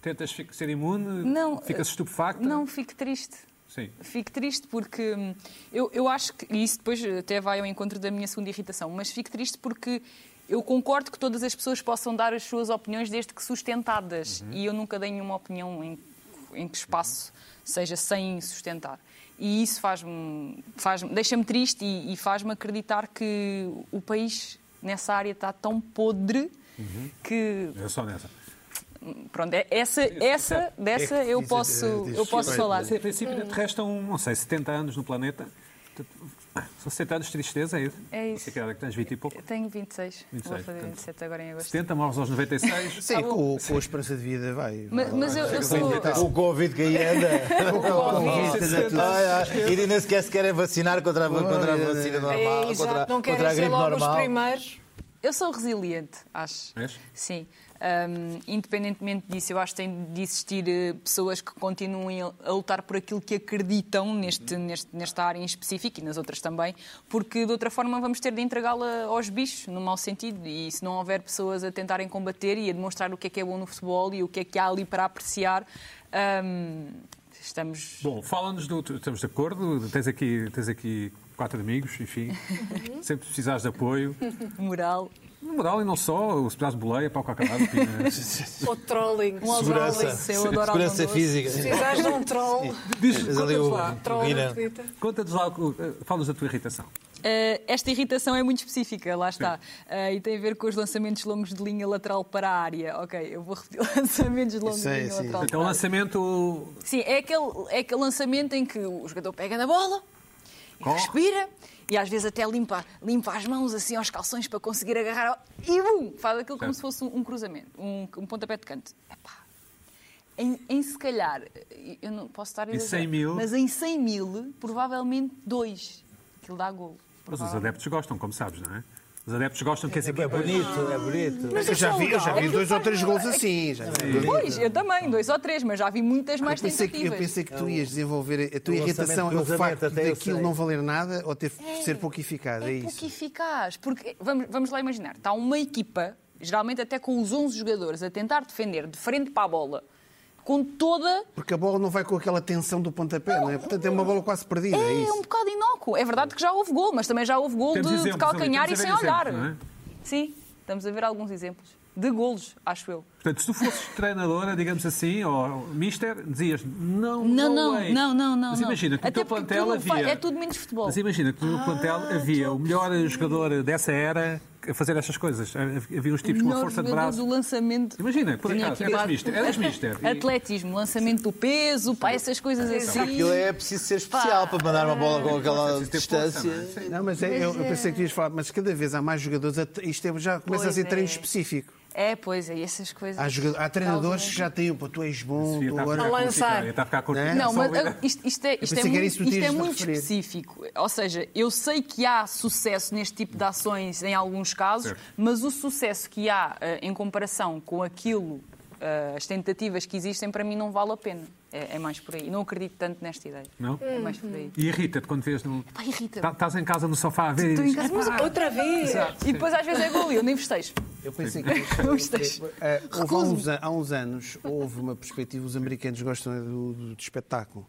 Speaker 1: Tentas fi- ser imune?
Speaker 6: Não,
Speaker 1: Ficas
Speaker 6: eh,
Speaker 1: estupefacto?
Speaker 6: não, fico triste.
Speaker 1: Sim.
Speaker 6: Fico triste porque hum, eu, eu acho que, e isso depois até vai ao encontro da minha segunda irritação, mas fico triste porque eu concordo que todas as pessoas possam dar as suas opiniões desde que sustentadas
Speaker 2: Uhum.
Speaker 6: e eu nunca dei nenhuma opinião em, em que espaço seja sem sustentar. E isso faz-me, faz deixa-me triste e, e faz-me acreditar que o país nessa área está tão podre
Speaker 2: Uhum.
Speaker 6: que
Speaker 1: É só nessa.
Speaker 6: Pronto, é- essa, essa, dessa
Speaker 2: É que
Speaker 6: eu
Speaker 2: diz-
Speaker 6: posso,
Speaker 2: é, diz-
Speaker 6: eu posso
Speaker 2: é,
Speaker 6: falar.
Speaker 1: Sim, a princípio ainda te restam, não sei, 70 anos no planeta. Portanto, São 70 anos de tristeza, é isso?
Speaker 6: É isso.
Speaker 1: Não sei que hora que tens, 20 e pouco.
Speaker 6: Eu tenho 26, vou
Speaker 1: 26,
Speaker 6: fazer
Speaker 1: portanto.
Speaker 6: 27 agora em agosto.
Speaker 1: 70, morres aos 96.
Speaker 2: Sim, com, com a esperança de vida vai.
Speaker 6: Ma- Mas, eu, eu sou.
Speaker 4: O Covid que aí anda.
Speaker 2: Mas
Speaker 4: Ai, ai, E nem sequer se querem vacinar contra a, contra a vacina normal.
Speaker 3: É,
Speaker 4: contra,
Speaker 3: exato, não
Speaker 4: contra a
Speaker 3: querem ser
Speaker 4: gripe
Speaker 3: logo os
Speaker 4: normal.
Speaker 3: primeiros.
Speaker 6: Eu sou resiliente, acho.
Speaker 1: És?
Speaker 6: Sim. Hum, independentemente disso, eu acho que tem de existir eh, pessoas que continuem a lutar por aquilo que acreditam neste,
Speaker 1: Uhum.
Speaker 6: neste- nesta área em específico e nas outras também, porque de outra forma vamos ter de entregá-la aos bichos, no mau sentido. E se não houver pessoas a tentarem combater e a demonstrar o que é que é bom no futebol e o que é que há ali para apreciar, hum, estamos.
Speaker 1: Bom, fala-nos do. tu- Estamos de acordo? Tens aqui, tens aqui quatro amigos, enfim.
Speaker 6: Uhum.
Speaker 1: Sempre precisares de apoio.
Speaker 6: Moral.
Speaker 1: No moral, e não só, os pedaços de boleia, pau com a né? calada,
Speaker 3: Ou trolling.
Speaker 6: Um
Speaker 4: Segurança.
Speaker 6: algodão, eu adoro
Speaker 4: Segurança
Speaker 6: algodão doce.
Speaker 4: física.
Speaker 3: Se precisares de um troll,
Speaker 4: Mas ali o-
Speaker 3: troll
Speaker 4: Guina.
Speaker 3: acredita.
Speaker 1: Conta-nos lá, o- eh, fala-nos da tua irritação.
Speaker 6: Uh, esta irritação é muito específica, lá está. Uh, e tem a ver com os lançamentos longos de linha lateral para a área. Ok, eu vou repetir. Lançamentos longos
Speaker 2: Isso é,
Speaker 6: de linha
Speaker 2: sim.
Speaker 6: lateral
Speaker 1: Portanto, é
Speaker 6: para
Speaker 1: um
Speaker 6: a área.
Speaker 1: lançamento.
Speaker 6: Sim, é aquele, é aquele lançamento em que o jogador pega na bola, e
Speaker 1: Corre.
Speaker 6: respira e às vezes até limpa, limpa as mãos assim aos calções para conseguir agarrar ao- e bum, faz aquilo como
Speaker 1: Certo.
Speaker 6: se fosse um, um cruzamento, um, um pontapé de canto. Epá. Em, em se calhar, eu não posso estar a
Speaker 1: Em 100
Speaker 6: exagerar,
Speaker 1: mil?
Speaker 6: mas em 100 mil, provavelmente dois. Aquilo dá gol.
Speaker 1: Mas os adeptos gostam, como sabes, não é? Os adeptos gostam que as
Speaker 4: É
Speaker 1: equipas.
Speaker 4: bonito, é bonito.
Speaker 2: eu já vi, eu já vi dois ou três gols assim. Já vi.
Speaker 6: Pois, eu também, dois ou três, mas já vi muitas mais
Speaker 2: eu, pensei que, eu
Speaker 6: tentativas.
Speaker 2: pensei que tu ias desenvolver a tua
Speaker 4: o lançamento
Speaker 2: irritação é o
Speaker 4: cruzamento,
Speaker 2: facto
Speaker 4: até eu
Speaker 2: daquilo
Speaker 4: sei.
Speaker 2: não valer nada ou ter, ser pouco eficaz. É,
Speaker 6: É pouco
Speaker 2: isso.
Speaker 6: eficaz. Porque, vamos, vamos lá imaginar, está uma equipa, geralmente até com os 11 jogadores, a tentar defender de frente para a bola, com toda.
Speaker 2: Porque a bola não vai com aquela tensão do pontapé, não é? Portanto, é uma bola quase perdida. É
Speaker 6: É, um
Speaker 2: isso.
Speaker 6: bocado inócuo. É verdade que já houve gol, mas também já houve gol de,
Speaker 1: Temos
Speaker 6: de
Speaker 1: exemplos ali,
Speaker 6: calcanhar e
Speaker 1: estamos a ver
Speaker 6: sem olhar.
Speaker 1: exemplos, não é?
Speaker 6: Sim, estamos a ver alguns exemplos. De golos, acho eu.
Speaker 1: Portanto, se tu fosses treinadora, digamos assim, ou mister, dizias não,
Speaker 6: Não,
Speaker 1: no
Speaker 6: não,
Speaker 1: way.
Speaker 6: não, não, não,
Speaker 1: Mas
Speaker 6: não.
Speaker 1: imagina que
Speaker 6: Até
Speaker 1: no teu
Speaker 6: porque
Speaker 1: plantel
Speaker 6: aquilo fa-
Speaker 1: havia.
Speaker 6: é tudo Ah, menos futebol.
Speaker 1: Mas imagina que no plantel havia o melhor jogador dessa era a fazer estas coisas. Havia uns tipos com uma
Speaker 6: Melhor
Speaker 1: força de
Speaker 6: jogador do
Speaker 1: braço.
Speaker 6: lançamento.
Speaker 1: Imagina, por
Speaker 6: Tinha
Speaker 1: acaso,
Speaker 6: aqui
Speaker 1: eras
Speaker 6: dado-
Speaker 1: mister. Eras mister. e-
Speaker 6: Atletismo, lançamento do peso, pá, essas coisas assim.
Speaker 4: Aquilo é preciso ser especial para mandar uma bola com aquela
Speaker 1: preciso ter força,
Speaker 4: distância.
Speaker 1: não é? Sim.
Speaker 2: Não, mas é- eu, eu pensei que tu ias falar, mas cada vez há mais jogadores, a- isto é- já começa a
Speaker 6: Pois
Speaker 2: ser treino
Speaker 6: é.
Speaker 2: específico.
Speaker 6: É, pois é, e essas coisas.
Speaker 2: Há, jogadores- há treinadores que já têm, pô, tu és bom,
Speaker 1: Sofia
Speaker 2: tu
Speaker 1: está a
Speaker 2: agora.
Speaker 1: ficar
Speaker 3: A
Speaker 1: curtida,
Speaker 3: lançar.
Speaker 1: Está a
Speaker 2: Né?
Speaker 1: ficar curtida. Só
Speaker 6: Não, mas
Speaker 1: ouvir-
Speaker 6: eu- isto, isto é, isto
Speaker 2: pensei
Speaker 6: é
Speaker 2: que era
Speaker 6: muito,
Speaker 2: isso que tu
Speaker 6: isto é
Speaker 2: tinhas de
Speaker 6: muito
Speaker 2: referir.
Speaker 6: específico. Ou seja, eu sei que há sucesso neste tipo de ações em alguns casos,
Speaker 1: Certo.
Speaker 6: mas o sucesso que há eh, em comparação com aquilo, eh, as tentativas que existem, para mim não vale a pena. É, é mais por aí. Não acredito tanto nesta ideia.
Speaker 1: Não?
Speaker 6: É mais por aí.
Speaker 1: E irrita-te quando vês no.
Speaker 6: Pá, irrita-me.
Speaker 1: Tá- Estás em casa no sofá a ver. e
Speaker 6: Estou em
Speaker 3: Ah.
Speaker 1: dizes,
Speaker 6: casa, mas
Speaker 1: "Epá,
Speaker 3: Outra vez.
Speaker 6: E depois às vezes é gol e eu nem festejo.
Speaker 2: Eu pensei que. Eh, houve há, uns, an- há uns anos houve uma perspectiva, os americanos gostam é do, do- de espetáculo.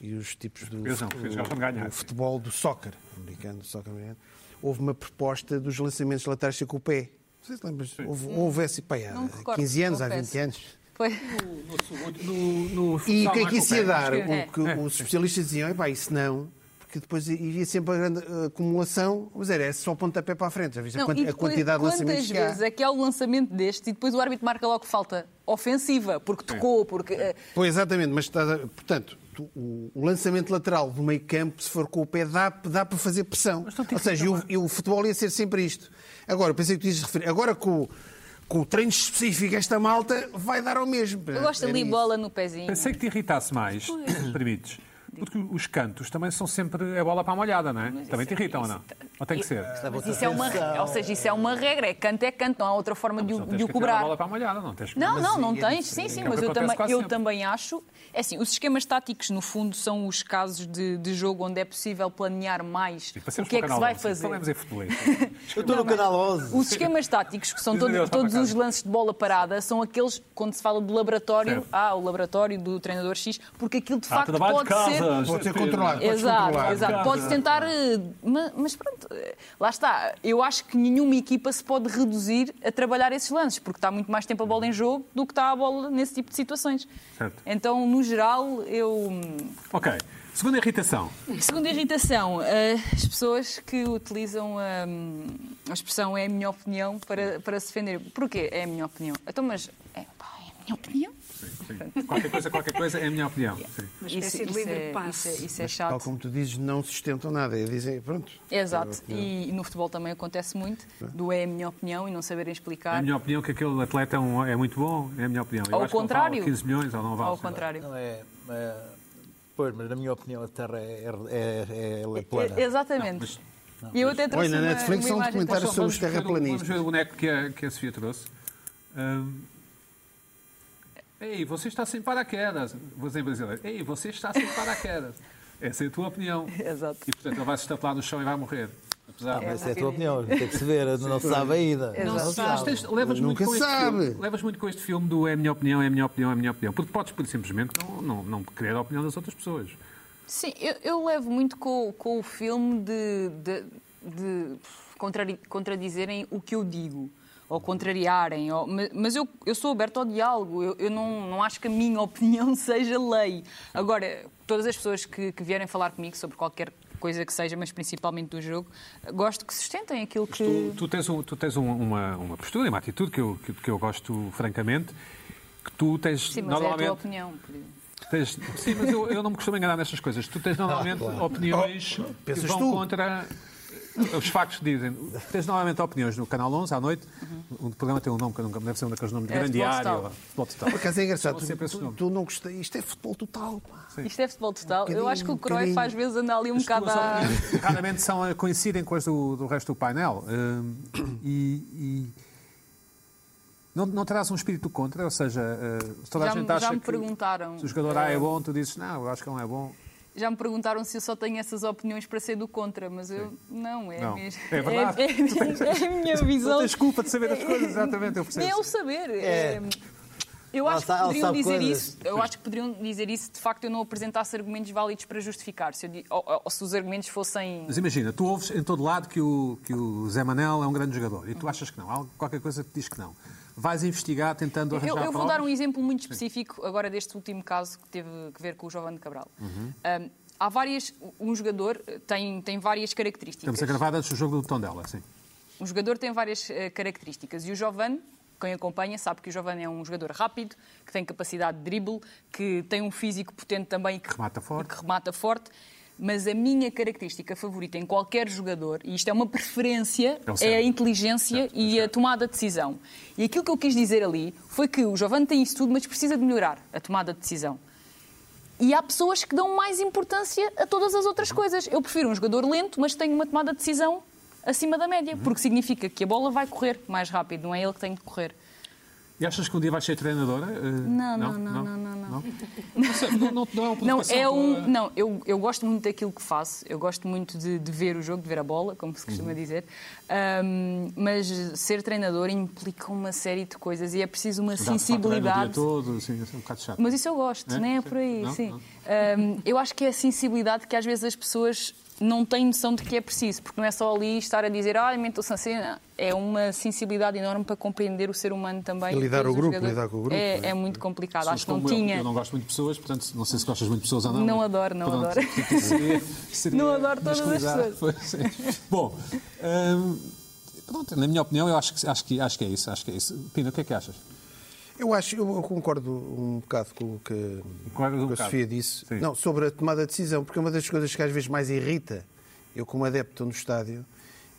Speaker 2: E os tipos do
Speaker 1: Eles não,
Speaker 2: fut-
Speaker 1: eles gostam de ganhar.
Speaker 2: o futebol do soccer americano, do soccer americano. Houve uma proposta dos lançamentos laterais ser com o pé. Não sei se lembras. Houve, houve essa pá,
Speaker 6: Hum. Não me
Speaker 2: há
Speaker 6: recordo,
Speaker 2: 15 anos, há
Speaker 6: confesso.
Speaker 2: 20 anos.
Speaker 6: Foi.
Speaker 2: E o que é que isso ia dar?
Speaker 6: Acho que-
Speaker 2: O que os especialistas diziam, "Epá, isso não, porque depois iria sempre a grande eh, acumulação, mas era é só o pontapé para a frente,
Speaker 1: É
Speaker 2: já viste a,
Speaker 6: Não,
Speaker 2: quant-
Speaker 6: e
Speaker 2: a
Speaker 6: depois,
Speaker 2: quantidade de lançamentos
Speaker 6: Quantas
Speaker 2: que há.
Speaker 6: vezes é que há o lançamento deste e depois o árbitro marca logo falta ofensiva, porque tocou, porque. eh,
Speaker 2: Pois, exatamente, mas estás a- portanto, tu- o, o lançamento lateral do meio campo, se for com o pé, dá, dá para fazer pressão. Ou seja, e o, e o futebol ia ser sempre isto. Agora, pensei que tu ias referir, agora com, o- com o treino específico, esta malta vai dar ao mesmo.
Speaker 1: É,
Speaker 2: É
Speaker 6: Eu gosto
Speaker 2: Era
Speaker 6: ali
Speaker 2: isso.
Speaker 6: bola no pezinho.
Speaker 1: Pensei que te irritasse mais, permites. Porque os cantos também são sempre a bola para a molhada, não é? também te irritam ou não? Ou tem que ser?
Speaker 6: Mas isso é uma, ou seja, isso é uma regra, é canto é canto, não há outra forma de,
Speaker 1: Ah, Mas
Speaker 6: o-
Speaker 1: não tens
Speaker 6: de o
Speaker 1: que atirar a bola
Speaker 6: cobrar.
Speaker 1: para a molhada, não tens que...
Speaker 6: Não,
Speaker 1: Mas
Speaker 6: não,
Speaker 1: sim,
Speaker 6: não
Speaker 1: é
Speaker 6: tens,
Speaker 1: diferente.
Speaker 6: sim, sim,
Speaker 1: É o
Speaker 6: mas
Speaker 1: que
Speaker 6: eu,
Speaker 1: acontece
Speaker 6: também,
Speaker 1: quase
Speaker 6: eu
Speaker 1: sempre.
Speaker 6: também acho. É assim, os esquemas táticos, no fundo, são os casos de, de jogo onde é possível planear mais
Speaker 1: E
Speaker 6: o
Speaker 1: passemos
Speaker 6: que é
Speaker 1: para
Speaker 6: que
Speaker 1: canal
Speaker 6: se vai
Speaker 1: 11. Falemos
Speaker 6: fazer.
Speaker 1: em futebol.
Speaker 4: Eu estou no canal 11.
Speaker 6: Os esquemas táticos, que são
Speaker 1: Diz-me
Speaker 6: todo-
Speaker 1: Deus,
Speaker 6: todos
Speaker 1: vai para
Speaker 6: os
Speaker 1: casa.
Speaker 6: lances de bola parada, são aqueles quando se fala do laboratório,
Speaker 1: Certo.
Speaker 6: ah, o laboratório do treinador X, porque aquilo de
Speaker 1: Há
Speaker 6: facto
Speaker 1: trabalho de
Speaker 6: pode ser.
Speaker 1: casa.
Speaker 2: Pode ser
Speaker 1: Pedro.
Speaker 2: controlado. Podes controlar.
Speaker 6: Exato, exato.
Speaker 1: Claro.
Speaker 6: Podes tentar. eh, ma- Mas pronto, eh, lá está. Eu acho que nenhuma equipa se pode reduzir a trabalhar esses lances, porque está muito mais tempo a bola em jogo do que está a bola nesse tipo de situações.
Speaker 1: Certo.
Speaker 6: Então, no geral, eu.
Speaker 1: Ok. Segunda irritação.
Speaker 6: Segunda irritação, eh, as pessoas que utilizam ehm, a, a expressão é a minha opinião para, para se defender. Porquê é a minha opinião? Então, mas. É, pá, é a minha opinião?
Speaker 1: Qualquer coisa, qualquer coisa, é a minha opinião. Sim.
Speaker 3: Uma espécie de livre
Speaker 6: é,
Speaker 3: passe.
Speaker 6: isso é- isso é
Speaker 2: Tal
Speaker 6: chato.
Speaker 2: como tu dizes, não sustentam nada. É dizer, pronto.
Speaker 6: Exato, e no futebol também acontece muito, do é a minha opinião e não
Speaker 1: É
Speaker 6: saberem
Speaker 1: a
Speaker 6: explicar.
Speaker 1: minha opinião que aquele atleta é, um- é muito bom, é a minha opinião. Eu
Speaker 6: Ao
Speaker 1: acho que ele
Speaker 6: contrário.
Speaker 1: vale 15 milhões ou não vale.
Speaker 6: Ao
Speaker 1: sei lá.
Speaker 6: contrário.
Speaker 4: Não é, é- Pois, mas na minha opinião a Terra é, é, é, é plana.
Speaker 6: E- Exatamente. E eu até trouxe
Speaker 2: Olha, na
Speaker 6: uma,
Speaker 2: Netflix
Speaker 6: uma
Speaker 2: há um
Speaker 6: imagem
Speaker 2: documentário
Speaker 6: para-
Speaker 2: sobre
Speaker 1: Vamos
Speaker 2: os
Speaker 1: ver o- Vamos ver
Speaker 2: terraplanistas.
Speaker 1: o boneco que a, que a Sofia trouxe. Ahm. Ei, você está sem paraquedas. Vou dizer em brasileiro. Ei, você está sem paraquedas. Essa é a tua opinião.
Speaker 6: Exato.
Speaker 1: E, portanto, ele vai se estapelar no chão e vai morrer. Apesar
Speaker 4: Ah,
Speaker 1: de...
Speaker 4: mas essa é a tua opinião, tem que se ver, não se sabe ainda.
Speaker 6: Não se
Speaker 1: Mas
Speaker 6: sabe.
Speaker 1: tens- levas
Speaker 2: Mas
Speaker 1: muito
Speaker 2: nunca
Speaker 1: com este
Speaker 2: sabe.
Speaker 1: filme- levas muito com este filme do é a minha opinião, é a minha opinião, é a minha opinião. Porque podes, por simplesmente, não, não, não querer a opinião das outras pessoas.
Speaker 6: Sim, eu, eu levo muito com, com o filme de, de, de contrari- contradizerem o que eu digo, ou contrariarem. ou- ma- mas eu, eu sou aberto ao diálogo, eu, eu não, não acho que a minha opinião seja lei. Agora, todas as pessoas que, que vierem falar comigo sobre qualquer coisa que seja, mas principalmente do jogo, gosto que sustentem aquilo que.
Speaker 1: Tu, tu tens, um- tu tens um- uma, uma postura e uma atitude que eu, que, que eu gosto, francamente, que tu tens
Speaker 6: Sim, mas é a tua
Speaker 1: normalmente.
Speaker 6: opinião. por exemplo.
Speaker 1: tens- sim, mas eu, eu não me costumo enganar nestas coisas. Tu tens normalmente opiniões que
Speaker 2: Ah, Oh, pensas
Speaker 1: vão
Speaker 2: tu.
Speaker 1: contra eh, os factos que dizem. Tens normalmente opiniões no Canal 11 à noite. O programa tem um nome que eu nunca deve ser um daqueles nomes de
Speaker 6: É,
Speaker 1: grande
Speaker 6: Futebol
Speaker 1: diário.
Speaker 6: Total.
Speaker 1: ou Futebol total.
Speaker 2: Por acaso é engraçado.
Speaker 1: São sempre
Speaker 2: Tu,
Speaker 1: esses
Speaker 2: tu,
Speaker 1: nomes.
Speaker 2: tu não gostas. Isto é futebol total, pá.
Speaker 6: Isto é futebol total.
Speaker 2: Um
Speaker 6: eu acho que o Cruyff
Speaker 2: bocadinho, um
Speaker 6: às vezes anda ali um
Speaker 1: As
Speaker 6: bocado
Speaker 1: tuas
Speaker 6: à...
Speaker 1: opiniões Raramente são, eh, coincidem com as do, do resto do painel. Hum, e. e não, não terás um espírito contra? Ou seja, eh, se toda a
Speaker 6: Já me-
Speaker 1: gente
Speaker 6: já
Speaker 1: acha
Speaker 6: me
Speaker 1: que-
Speaker 6: perguntaram. Eh,
Speaker 1: Se o jogador A é bom, tu dizes, não, eu acho que ele não é bom.
Speaker 6: Já me perguntaram se eu só tenho essas opiniões para ser do contra, mas eu não, é
Speaker 1: Não.
Speaker 6: mesmo.
Speaker 1: É verdade.
Speaker 6: É, é- é a minha
Speaker 1: Não
Speaker 6: visão.
Speaker 1: tens culpa de saber as coisas, exatamente, eu
Speaker 6: Nem
Speaker 1: percebo.
Speaker 6: eu saber. é-
Speaker 4: É.
Speaker 6: Eu
Speaker 4: Ela
Speaker 6: acho que
Speaker 4: sa- ela
Speaker 6: poderiam
Speaker 4: sabe
Speaker 6: dizer
Speaker 4: coisas.
Speaker 6: isso. Eu acho que poderiam dizer isso se de facto eu não apresentasse argumentos válidos para justificar. Se eu di- ou, ou- ou se os argumentos fossem.
Speaker 1: Mas imagina, tu ouves em todo lado que o, que o Zé Manel é um grande jogador e tu achas que não. Há qualquer coisa que te diz que não. Vais investigar tentando arranjar
Speaker 6: Eu, eu vou
Speaker 1: provas.
Speaker 6: dar um exemplo muito específico agora deste último caso que teve que ver com o Giovanni Cabral.
Speaker 1: Uhum.
Speaker 6: Ahm, há várias. Um jogador tem, tem várias características.
Speaker 1: Estamos a gravar antes do jogo do Tondela, sim.
Speaker 6: Um jogador tem várias eh, características e o Jovane, quem acompanha, sabe que o Jovane é um jogador rápido, que tem capacidade de drible, que tem um físico potente também e que
Speaker 1: Remata forte.
Speaker 6: que remata forte. Mas a minha característica favorita em qualquer jogador, e isto é uma preferência,
Speaker 1: É o
Speaker 6: é a
Speaker 1: cérebro.
Speaker 6: inteligência e a tomada de decisão. E aquilo que eu quis dizer ali foi que o Jovane tem isso tudo, mas precisa de melhorar a tomada de decisão. E há pessoas que dão mais importância a todas as outras coisas. Eu prefiro um jogador lento, mas tenho uma tomada de decisão acima da média, porque significa que a bola vai correr mais rápido, não é ele que tem de correr.
Speaker 1: E achas que um dia vais ser treinadora? Eh,
Speaker 6: Não, não, não, não, não, não.
Speaker 1: Não sei, eh, não- não te dá uma
Speaker 6: Não,
Speaker 1: preocupação
Speaker 6: é um,
Speaker 1: pela-
Speaker 6: não eu, eu gosto muito daquilo que faço, eu gosto muito de, de ver o jogo, de ver a bola, como se
Speaker 1: Uhum.
Speaker 6: costuma dizer, Ahm, mas ser treinador implica uma série de coisas e é preciso uma
Speaker 1: Já se faz treino O dia
Speaker 6: sensibilidade.
Speaker 1: todo, assim, é um bocado chato.
Speaker 6: Mas isso eu gosto,
Speaker 1: É?
Speaker 6: nem é
Speaker 1: Sim.
Speaker 6: por aí,
Speaker 1: Não?
Speaker 6: sim.
Speaker 1: Não?
Speaker 6: Ahm, eu acho que é a sensibilidade que às vezes as pessoas não têm noção de que é preciso, porque não é só ali estar a dizer, ah, mentou-se assim, não. é uma sensibilidade enorme para compreender o ser humano também.
Speaker 2: E lidar
Speaker 6: depois
Speaker 2: o grupo,
Speaker 6: jogador.
Speaker 2: lidar com o grupo,
Speaker 6: É,
Speaker 2: não é?
Speaker 6: é muito complicado,
Speaker 1: Pessoas
Speaker 6: acho que não
Speaker 1: como eu,
Speaker 6: tinha.
Speaker 1: Eu não gosto muito de pessoas, portanto, não sei se gostas muito de pessoas ou não.
Speaker 6: Não
Speaker 1: mas-
Speaker 6: adoro, não
Speaker 1: Pronto.
Speaker 6: adoro.
Speaker 1: Seria- seria
Speaker 6: Não adoro todas as
Speaker 1: masculinidade. Pois é. Bom, hum, pronto, na minha opinião, eu acho que, acho, que, acho que é isso. Acho que é isso. Pina, o que é que achas?
Speaker 2: Eu acho, eu concordo um bocado com o que,
Speaker 1: Concordas um
Speaker 2: com a
Speaker 1: bocado.
Speaker 2: Sofia disse.
Speaker 1: Sim.
Speaker 2: Não, sobre a tomada de decisão, porque é uma das coisas que às vezes mais irrita, eu como adepto no estádio,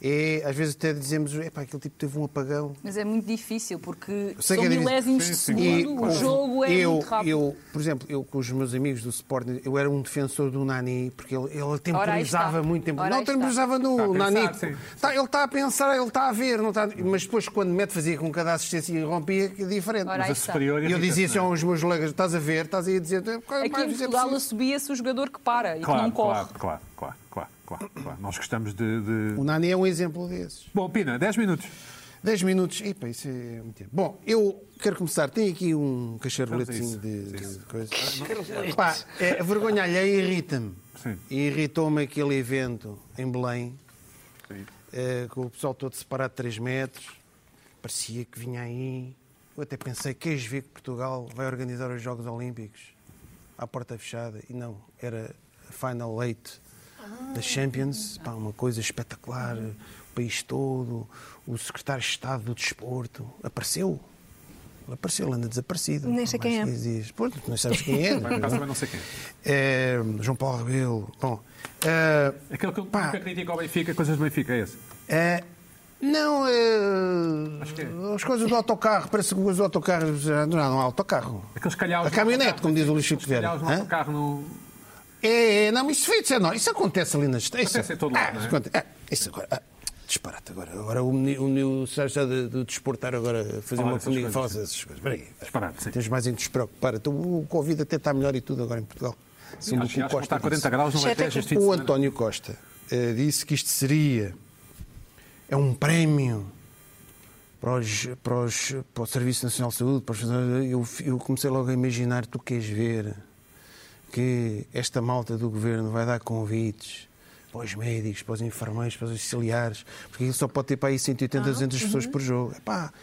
Speaker 2: é às vezes até dizemos, epá, aquele tipo teve um apagão.
Speaker 6: Mas é muito difícil, porque
Speaker 2: sei
Speaker 6: são
Speaker 2: que é difícil.
Speaker 6: milésimos
Speaker 1: Sim,
Speaker 6: de
Speaker 1: sim.
Speaker 6: segundo,
Speaker 2: E,
Speaker 6: o
Speaker 2: houve-
Speaker 6: jogo é
Speaker 2: eu,
Speaker 6: muito rápido.
Speaker 2: Eu, por exemplo, eu com os meus amigos do Sporting, eu era um defensor do Nani, porque ele, ele temporizava
Speaker 6: está.
Speaker 2: muito tempo.
Speaker 6: Ora
Speaker 2: Não
Speaker 6: aí está.
Speaker 2: temporizava no
Speaker 1: Está a pensar,
Speaker 2: Nani.
Speaker 1: sim.
Speaker 2: Tá, ele está a pensar, ele está a ver, não está, mas depois quando mete fazia com cada assistência e rompia, que é diferente.
Speaker 6: Ora
Speaker 2: Mas
Speaker 6: aí
Speaker 1: A
Speaker 6: está.
Speaker 1: superior
Speaker 2: E eu
Speaker 1: irrita-te,
Speaker 2: dizia assim
Speaker 1: não é?
Speaker 2: aos meus colegas: estás a ver, estás aí a dizer. "Pá,
Speaker 6: Aqui
Speaker 2: pá,
Speaker 6: em
Speaker 2: isso é
Speaker 6: Portugal
Speaker 2: preciso."
Speaker 6: subia-se o jogador que para e que não
Speaker 1: é?" Claro,
Speaker 6: corre.
Speaker 1: claro, claro, claro, claro, claro, claro. Nós gostamos de. de-
Speaker 2: O Nani é um exemplo desses.
Speaker 1: Bom, Pina, 10 minutos.
Speaker 2: 10 minutos, epa, isso é muito tempo. Bom, eu quero começar. Tem aqui um
Speaker 1: Vamos
Speaker 2: cacharoletezinho
Speaker 1: a
Speaker 2: de, de coisa. Pá, é, a vergonha alheia irrita-me.
Speaker 1: Sim.
Speaker 2: E Irritou-me aquele evento em Belém,
Speaker 1: Sim.
Speaker 2: eh, com o pessoal todo separado de 3 metros. Parecia que vinha aí. Eu até pensei, queres ver que Portugal vai organizar os Jogos Olímpicos à porta fechada? E não, era a Final Eight da Champions.
Speaker 3: Ah.
Speaker 2: Pá, uma coisa espetacular. O país todo, o secretário de Estado do Desporto apareceu. Ele apareceu, ele anda desaparecido.
Speaker 3: Nem sei
Speaker 2: Há
Speaker 3: quem
Speaker 2: mais
Speaker 3: é.
Speaker 2: de dez dias. Pois, não sabes quem é.
Speaker 1: Por acaso também não sei quem.
Speaker 2: É, João Paulo Rebelo. Bom, é,
Speaker 1: Aquele que
Speaker 2: Pá.
Speaker 1: nunca critica ao Benfica, coisas do Benfica, é esse.
Speaker 2: é, não, é,
Speaker 1: Acho que é.
Speaker 2: as coisas do autocarro, parece que os autocarros já não, não há autocarro.
Speaker 1: Aqueles calhaus.
Speaker 2: A caminhonete, como diz o Luís Chico Vera.
Speaker 1: Calhaus no
Speaker 2: Hã?
Speaker 1: autocarro no.
Speaker 2: É, é, não, mas isso, isso, é, não, isso acontece ali nas Isso,
Speaker 1: Acontece em todo lado,
Speaker 2: Ah,
Speaker 1: não é?
Speaker 2: acontece- ah, isso agora. ah, disparate agora. Agora o menino, o menino Sérgio está do, do desportar agora a fazer
Speaker 1: Falar
Speaker 2: uma
Speaker 1: dessas
Speaker 2: comigo.
Speaker 1: coisas,
Speaker 2: Fala
Speaker 1: sim.
Speaker 2: dessas coisas. Espera aí.
Speaker 1: Disparate, sim.
Speaker 2: Tens mais em que despreocupar. Então, o Covid até está melhor e tudo agora em Portugal. Segundo o
Speaker 1: Acho,
Speaker 2: que o
Speaker 1: acho que está a
Speaker 2: Costa disse.
Speaker 1: 40 graus, não é
Speaker 3: Exceto
Speaker 1: 10 este fim de
Speaker 2: O
Speaker 1: semana.
Speaker 2: António Costa eh, disse que isto seria é um prémio para, os, para, os, para o Serviço Nacional de Saúde. Para os, eu, eu comecei logo a imaginar, tu queres ver que esta malta do governo vai dar convites para os médicos, para os enfermeiros, para os auxiliares, porque ele só pode ter para aí 180, 200 pessoas por jogo. Epá,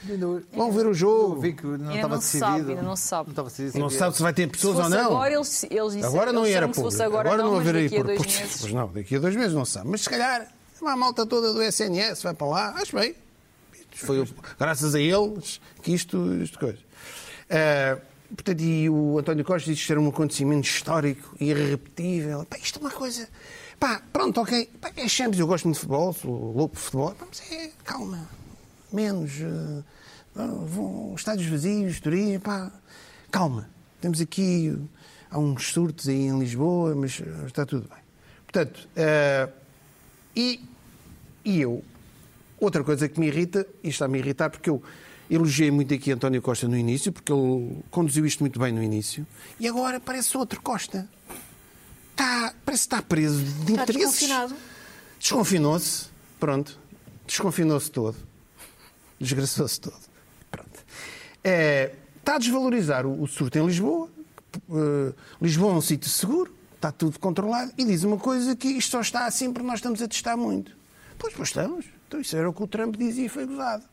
Speaker 2: vão ver o
Speaker 4: Eu
Speaker 2: jogo.
Speaker 4: vi que não
Speaker 6: Ainda
Speaker 4: estava
Speaker 6: não se
Speaker 4: decidido.
Speaker 6: sabe, ainda não se sabe.
Speaker 4: estava decidido.
Speaker 2: Não se sabe se vai ter
Speaker 6: Se
Speaker 2: pessoas
Speaker 6: fosse
Speaker 2: ou não.
Speaker 6: agora, eles, eles disseram
Speaker 2: Agora não
Speaker 6: eles
Speaker 2: era
Speaker 6: disseram que se
Speaker 2: público.
Speaker 6: fosse agora, não, mas
Speaker 2: haveria
Speaker 6: daqui a dois
Speaker 2: público.
Speaker 6: meses.
Speaker 2: Pois não, daqui a dois meses não se sabe. Mas se calhar uma malta toda do SNS vai para lá, acho bem. Foi o- graças a eles que isto, isto coisa. Ah, portanto, e o António Costa disse que era um acontecimento histórico, irrepetível. Pá, isto é uma coisa. Pá, pronto, ok. Pá, é Champions, eu gosto muito de futebol, sou louco por futebol. Pá, mas é, calma. Menos. eh, vão, estádios vazios, turismo, pá. Calma. Temos aqui. Há uns surtos aí em Lisboa, mas eh, está tudo bem. Portanto, eh, e, e eu, outra coisa que me irrita, e está-me a irritar, porque eu elogiei muito aqui António Costa no início, porque ele conduziu isto muito bem no início, e agora parece outro Costa. Está, parece que está preso de
Speaker 3: Está
Speaker 2: interesses.
Speaker 3: desconfinado.
Speaker 2: Desconfinou-se, pronto. Desconfinou-se todo. Desgraçou-se todo. Pronto. É, está a desvalorizar o, o surto em Lisboa. Eh, Lisboa é um sítio seguro, está tudo controlado. E diz uma coisa que isto só está assim porque nós estamos a testar muito. Pois, pois estamos. Então isso era o que o Trump dizia e foi gozado.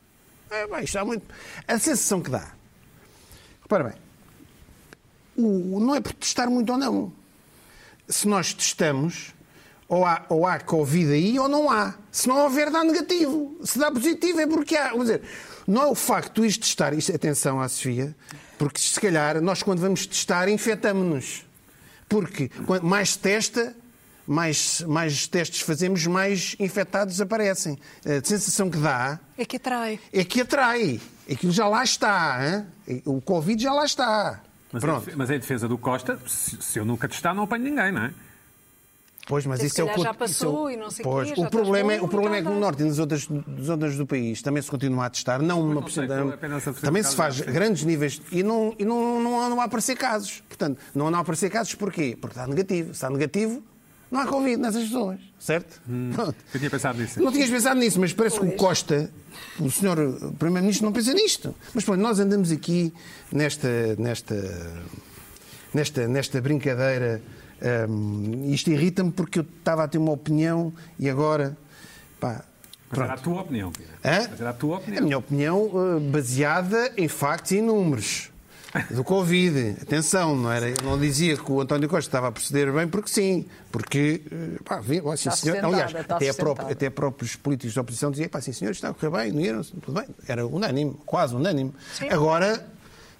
Speaker 2: É, bem, isto há muito. A sensação que dá. Repara bem. o- não é por testar muito ou não se nós testamos, ou há, ou há Covid aí ou não há. Se não houver, dá negativo. Se dá positivo, é porque há. Quer dizer, não é o facto de isto testar, isto, atenção à Sofia, porque se calhar nós, quando vamos testar, infectamos-nos. Porque quanto mais se testa, mais, mais testes fazemos, mais infectados aparecem. A sensação que dá
Speaker 3: É que atrai.
Speaker 2: é que atrai. Aquilo já lá está. hein? O Covid já lá está.
Speaker 1: Mas, é
Speaker 2: Pronto.
Speaker 1: Em, mas em defesa do Costa, se, se eu nunca testar, não apanho ninguém, não é?
Speaker 2: Pois, mas
Speaker 3: Se
Speaker 2: isso é o
Speaker 3: calhar já
Speaker 2: cont- isso é
Speaker 3: passou e não sei
Speaker 2: pois,
Speaker 3: quê, já
Speaker 2: o
Speaker 3: estás
Speaker 2: problema é
Speaker 3: bom,
Speaker 2: O problema é que
Speaker 3: então
Speaker 2: no
Speaker 3: dá.
Speaker 2: norte e nas outras zonas do país também se continua a testar, não uma
Speaker 1: não sei,
Speaker 2: porcentagem.
Speaker 1: vale a pena essa
Speaker 2: Também se faz
Speaker 1: porcentagem.
Speaker 2: grandes níveis e, não, e não, não andam a aparecer casos. Portanto, não andam a aparecer casos porquê? Porque está negativo. Se está negativo, não há Covid nessas pessoas, certo?
Speaker 1: Hum.
Speaker 2: Pronto.
Speaker 1: Eu tinha pensado nisso.
Speaker 2: Não tinhas pensado nisso, mas parece que o Costa, o senhor Primeiro-Ministro, não pensa nisto. Mas pronto, nós andamos aqui nesta, nesta, nesta, nesta brincadeira. Hum, isto irrita-me porque eu estava a ter uma opinião e agora. Pá,
Speaker 1: Mas era
Speaker 2: pronto.
Speaker 1: a tua opinião, Pina.
Speaker 2: Hã?
Speaker 1: Mas era a tua opinião.
Speaker 2: É A minha opinião eh, baseada em factos e números do Covid. Atenção, não, era, eu não dizia que o António Costa estava a proceder bem, porque sim. Porque, eh, pá, vi- ó, sim,
Speaker 6: Está
Speaker 2: senhor.
Speaker 6: sustentada,
Speaker 2: Aliás,
Speaker 6: está
Speaker 2: até, a
Speaker 6: sustentada.
Speaker 2: própria- até próprios políticos da oposição diziam, pá, sim, senhor, está a correr bem, não iram, tudo bem. Era unânime, quase unânime. Agora,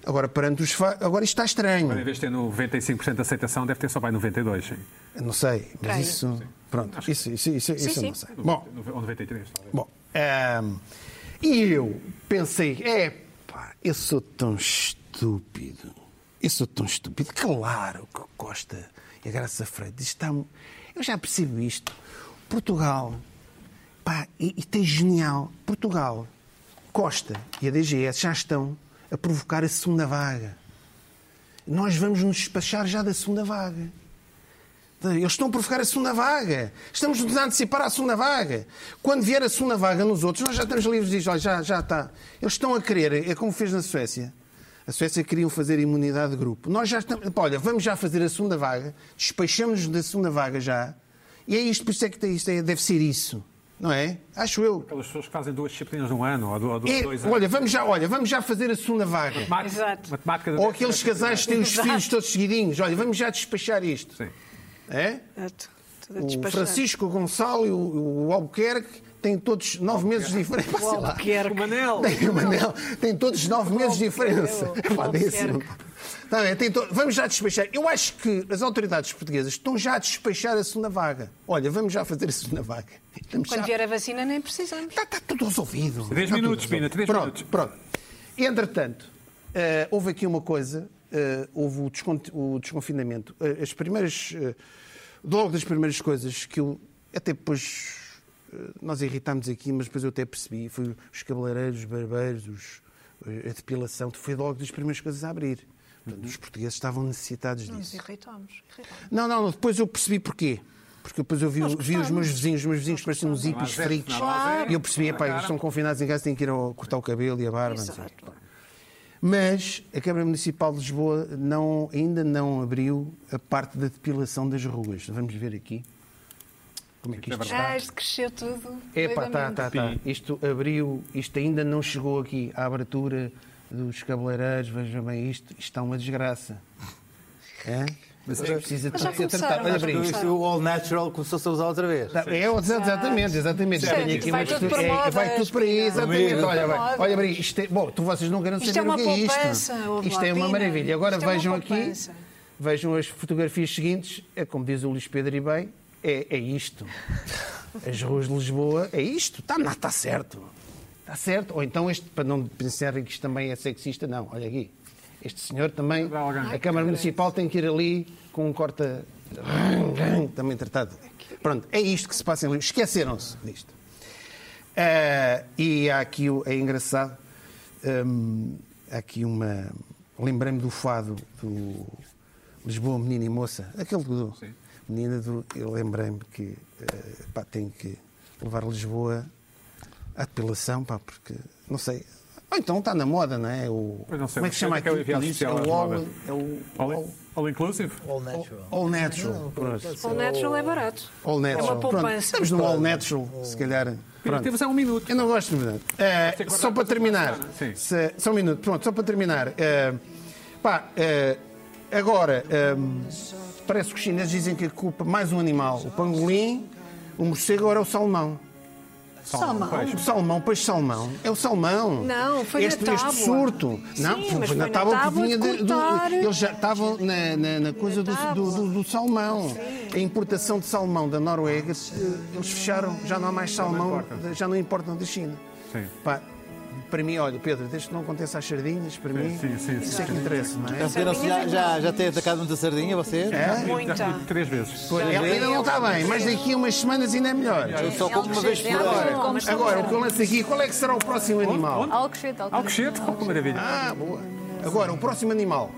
Speaker 2: agora, perante os fa- agora isto está
Speaker 1: Agora, em
Speaker 2: estranho.
Speaker 1: vez de ter 95% de aceitação, deve ter só mais 92%. Sim.
Speaker 2: Não sei, mas
Speaker 3: Estranho.
Speaker 2: isso. Pronto, isso, isso, isso, isso eu
Speaker 3: sim.
Speaker 2: não sei. Bom,
Speaker 1: Ou 93, talvez.
Speaker 2: Bom, ahm, e eu pensei, é pá, eu sou tão estúpido. Eu sou tão estúpido. Claro que o Costa e a Graça Freire estão. Eu já percebo isto. Portugal, pá, e, e tem genial. Portugal, Costa e a DGS já estão a provocar a segunda vaga. Nós vamos nos despachar já da segunda vaga. Eles estão a provocar a segunda vaga. Estamos nos a antecipar à segunda vaga. Quando vier a segunda vaga nos outros, nós já estamos livres disso. Olha, já, já está. Eles estão a querer, é como fez na Suécia. A Suécia queriam fazer imunidade de grupo. Nós já estamos. pá, Olha, vamos já fazer a segunda vaga, despachamos-nos da segunda vaga já. E é isto, por isso é que tem isto, é- deve ser isso. Não é? Acho eu.
Speaker 1: Aquelas pessoas que fazem duas disciplinas num ano, ou do- ou do-
Speaker 2: É,
Speaker 1: dois anos.
Speaker 2: olha, vamos já, olha, vamos já fazer a segunda vaga.
Speaker 1: Matemática,
Speaker 3: Exato.
Speaker 1: matemática da-
Speaker 2: Ou aqueles casais que têm os filhos todos seguidinhos. Olha, vamos já despachar isto.
Speaker 1: Sim.
Speaker 2: É?
Speaker 3: Exato. Tudo a
Speaker 2: O
Speaker 3: despachar.
Speaker 2: Francisco, o Gonçalo e o, o Albuquerque têm todos nove meses de diferença. Pá, sei lá.
Speaker 3: Albuquerque.
Speaker 1: O Manel.
Speaker 2: Tem, o Manel, tem todos nove meses de diferença.
Speaker 3: Albuquerque.
Speaker 2: Pá, nem assim.
Speaker 3: Albuquerque.
Speaker 2: Tá bem, tem to- Vamos já despachar. Eu acho que as autoridades portuguesas estão já a despachar a segunda vaga. Olha, vamos já fazer a segunda vaga. Estamos
Speaker 3: Quando
Speaker 2: já-
Speaker 3: vier a vacina nem precisamos.
Speaker 2: Está, está Tá, tudo resolvido.
Speaker 1: Três
Speaker 2: Está tudo
Speaker 1: minutos, Pina,
Speaker 2: resolvido.
Speaker 1: três
Speaker 2: pronto,
Speaker 1: minutos.
Speaker 2: Pronto. Entretanto, eh, houve aqui uma coisa, eh, houve o, descon- o desconfinamento. Eh, as primeiras, eh, logo das primeiras coisas que eu até depois eh, nós irritámos aqui, mas depois eu até percebi, foi os cabeleireiros, os barbeiros, os- eh, a depilação, foi logo das primeiras coisas a abrir. Portanto, os portugueses estavam necessitados
Speaker 3: Nos
Speaker 2: disso.
Speaker 3: irritamos. irritamos.
Speaker 2: Não, não, não, depois eu percebi porquê. Porque depois eu vi,
Speaker 3: Nós
Speaker 2: vi os meus
Speaker 3: gostávamos.
Speaker 2: vizinhos, os meus vizinhos pareciam uns hippies
Speaker 1: gostávamos.
Speaker 2: fritos.
Speaker 1: Claro.
Speaker 2: E eu percebi, pá,
Speaker 1: Cara.
Speaker 2: eles estão confinados em casa, têm que ir ao- cortar o cabelo e a barba. não sei.
Speaker 3: Exato.
Speaker 2: Mas a Câmara Municipal de Lisboa não, ainda não abriu a parte da depilação das ruas. Vamos ver aqui como é que isto está.
Speaker 3: Ah, isto cresceu tudo.
Speaker 2: Epá, tá,
Speaker 3: doidamente.
Speaker 2: tá, tá. Isto abriu, isto ainda não chegou aqui. A abertura dos cabeleireiros, vejam bem isto, isto está uma desgraça. É? Mas precisa
Speaker 3: Mas já
Speaker 2: de ser
Speaker 3: começaram,
Speaker 2: tratado. Olha
Speaker 3: já
Speaker 2: para isto.
Speaker 4: Isto, o All Natural começou-se a usar outra vez.
Speaker 2: Tá, É, exatamente, exatamente.
Speaker 3: Certo,
Speaker 2: Tenho aqui
Speaker 3: Ah. vai
Speaker 2: uma
Speaker 3: tudo
Speaker 2: questão-
Speaker 3: para
Speaker 2: é,
Speaker 3: modas,
Speaker 2: vai tudo para aí,
Speaker 3: Pina.
Speaker 2: exatamente.
Speaker 4: Amigo.
Speaker 2: Olha, vai.
Speaker 3: Para
Speaker 2: olha, bem, isto é, bom, tu vocês não querem
Speaker 3: Isto
Speaker 2: saber
Speaker 3: é uma
Speaker 2: o que é isto.
Speaker 3: poupança, ouve
Speaker 2: Isto
Speaker 3: lá,
Speaker 2: é uma
Speaker 3: Pina.
Speaker 2: maravilha. Agora
Speaker 3: Isto é uma
Speaker 2: vejam aqui,
Speaker 3: poupança.
Speaker 2: vejam as fotografias seguintes, é como diz o Luís Pedro e bem, é, é isto. As ruas de Lisboa, é isto. Está não, está certo. Está certo. Ou então este, para não pensarem que isto também é sexista, não, olha aqui. Este senhor também,
Speaker 1: Dá alguém.
Speaker 2: a Câmara Municipal tem que ir ali com um corta. Também tratado. Pronto, é isto que se passa em Lisboa. Esqueceram-se disto. Ah, e há aqui, o- é engraçado, hum, há aqui uma. Lembrei-me do fado do Lisboa, Menina e Moça, aquele do.
Speaker 1: Sim.
Speaker 2: Menina do. Eu lembrei-me que eh, pá, tenho que levar Lisboa à depilação, pá, porque. Não sei. Ou então está na moda, não é? O,
Speaker 1: Pois não sei,
Speaker 2: como é que
Speaker 1: mas
Speaker 2: se chama
Speaker 1: é que é o
Speaker 2: aquilo? que
Speaker 1: enviado
Speaker 2: diz? É
Speaker 1: especial às
Speaker 2: o all,
Speaker 1: modas.
Speaker 2: é o
Speaker 1: All,
Speaker 2: all,
Speaker 1: all inclusive?
Speaker 4: All Natural.
Speaker 2: all natural. Pronto.
Speaker 3: All natural é barato.
Speaker 2: All natural.
Speaker 3: É uma
Speaker 2: Pronto.
Speaker 3: poupança.
Speaker 2: Estamos no all natural, se calhar.
Speaker 1: Pina,
Speaker 2: Pronto.
Speaker 1: Temos há um minuto.
Speaker 2: Eu não gosto de verdade. Eh,
Speaker 1: ter que
Speaker 2: só
Speaker 1: guardar
Speaker 2: para
Speaker 1: para
Speaker 2: terminar.
Speaker 1: semana, sim.
Speaker 2: se- só um minuto, pronto, só para terminar. eh, pá, eh, agora, eh, parece que os chineses dizem que a culpa mais um animal, o pangolim, o morcego, agora é o salmão.
Speaker 1: Salmão.
Speaker 2: O salmão, pois salmão. É o salmão.
Speaker 3: Não, foi na
Speaker 2: este,
Speaker 3: tábua.
Speaker 2: Este surto.
Speaker 3: Sim,
Speaker 2: não,
Speaker 3: mas
Speaker 2: foi,
Speaker 3: foi
Speaker 2: na
Speaker 3: na
Speaker 2: tábua que
Speaker 3: tábua de
Speaker 2: vinha de- do-
Speaker 3: cortar.
Speaker 2: Eles já estavam na, na- na coisa do,
Speaker 3: tábua.
Speaker 2: do- do- do salmão. A importação de salmão da Noruega, eh, eles fecharam. Já não há mais salmão,
Speaker 1: importa.
Speaker 2: já não importam da China.
Speaker 1: Sim.
Speaker 2: Pá, para mim, olha, Pedro, desde que não aconteça às sardinhas, para mim,
Speaker 1: sim, sim,
Speaker 2: isso
Speaker 1: sim,
Speaker 2: é que
Speaker 1: sim.
Speaker 2: interessa, não é?
Speaker 4: Perceberam-se? Já, já, já tem atacado muita sardinha, você?
Speaker 1: Já
Speaker 3: Muita.
Speaker 1: comi três vezes.
Speaker 2: Ela ainda não está bem, mas daqui a umas semanas ainda é melhor.
Speaker 4: Eu só como
Speaker 6: um
Speaker 4: uma vez por
Speaker 3: Agora,
Speaker 4: hora.
Speaker 6: Como estão
Speaker 2: Agora,
Speaker 6: a
Speaker 2: o que eu lanço aqui, qual é que será o próximo animal?
Speaker 6: Alcochete,
Speaker 1: Alcochete, oh, que maravilha.
Speaker 2: Ah, boa. Agora, o próximo animal.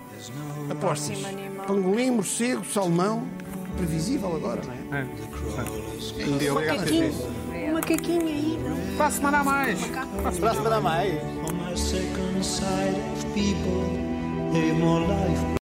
Speaker 2: Apostas. Pangolim, morcego, salmão. Previsível agora, não é?
Speaker 1: É.
Speaker 2: Obrigado,
Speaker 3: Macaquinho. Um macaquinho aí, não?
Speaker 1: Para a semana a mais.
Speaker 4: Para a semana a mais.
Speaker 7: on my second sight of people, they more life.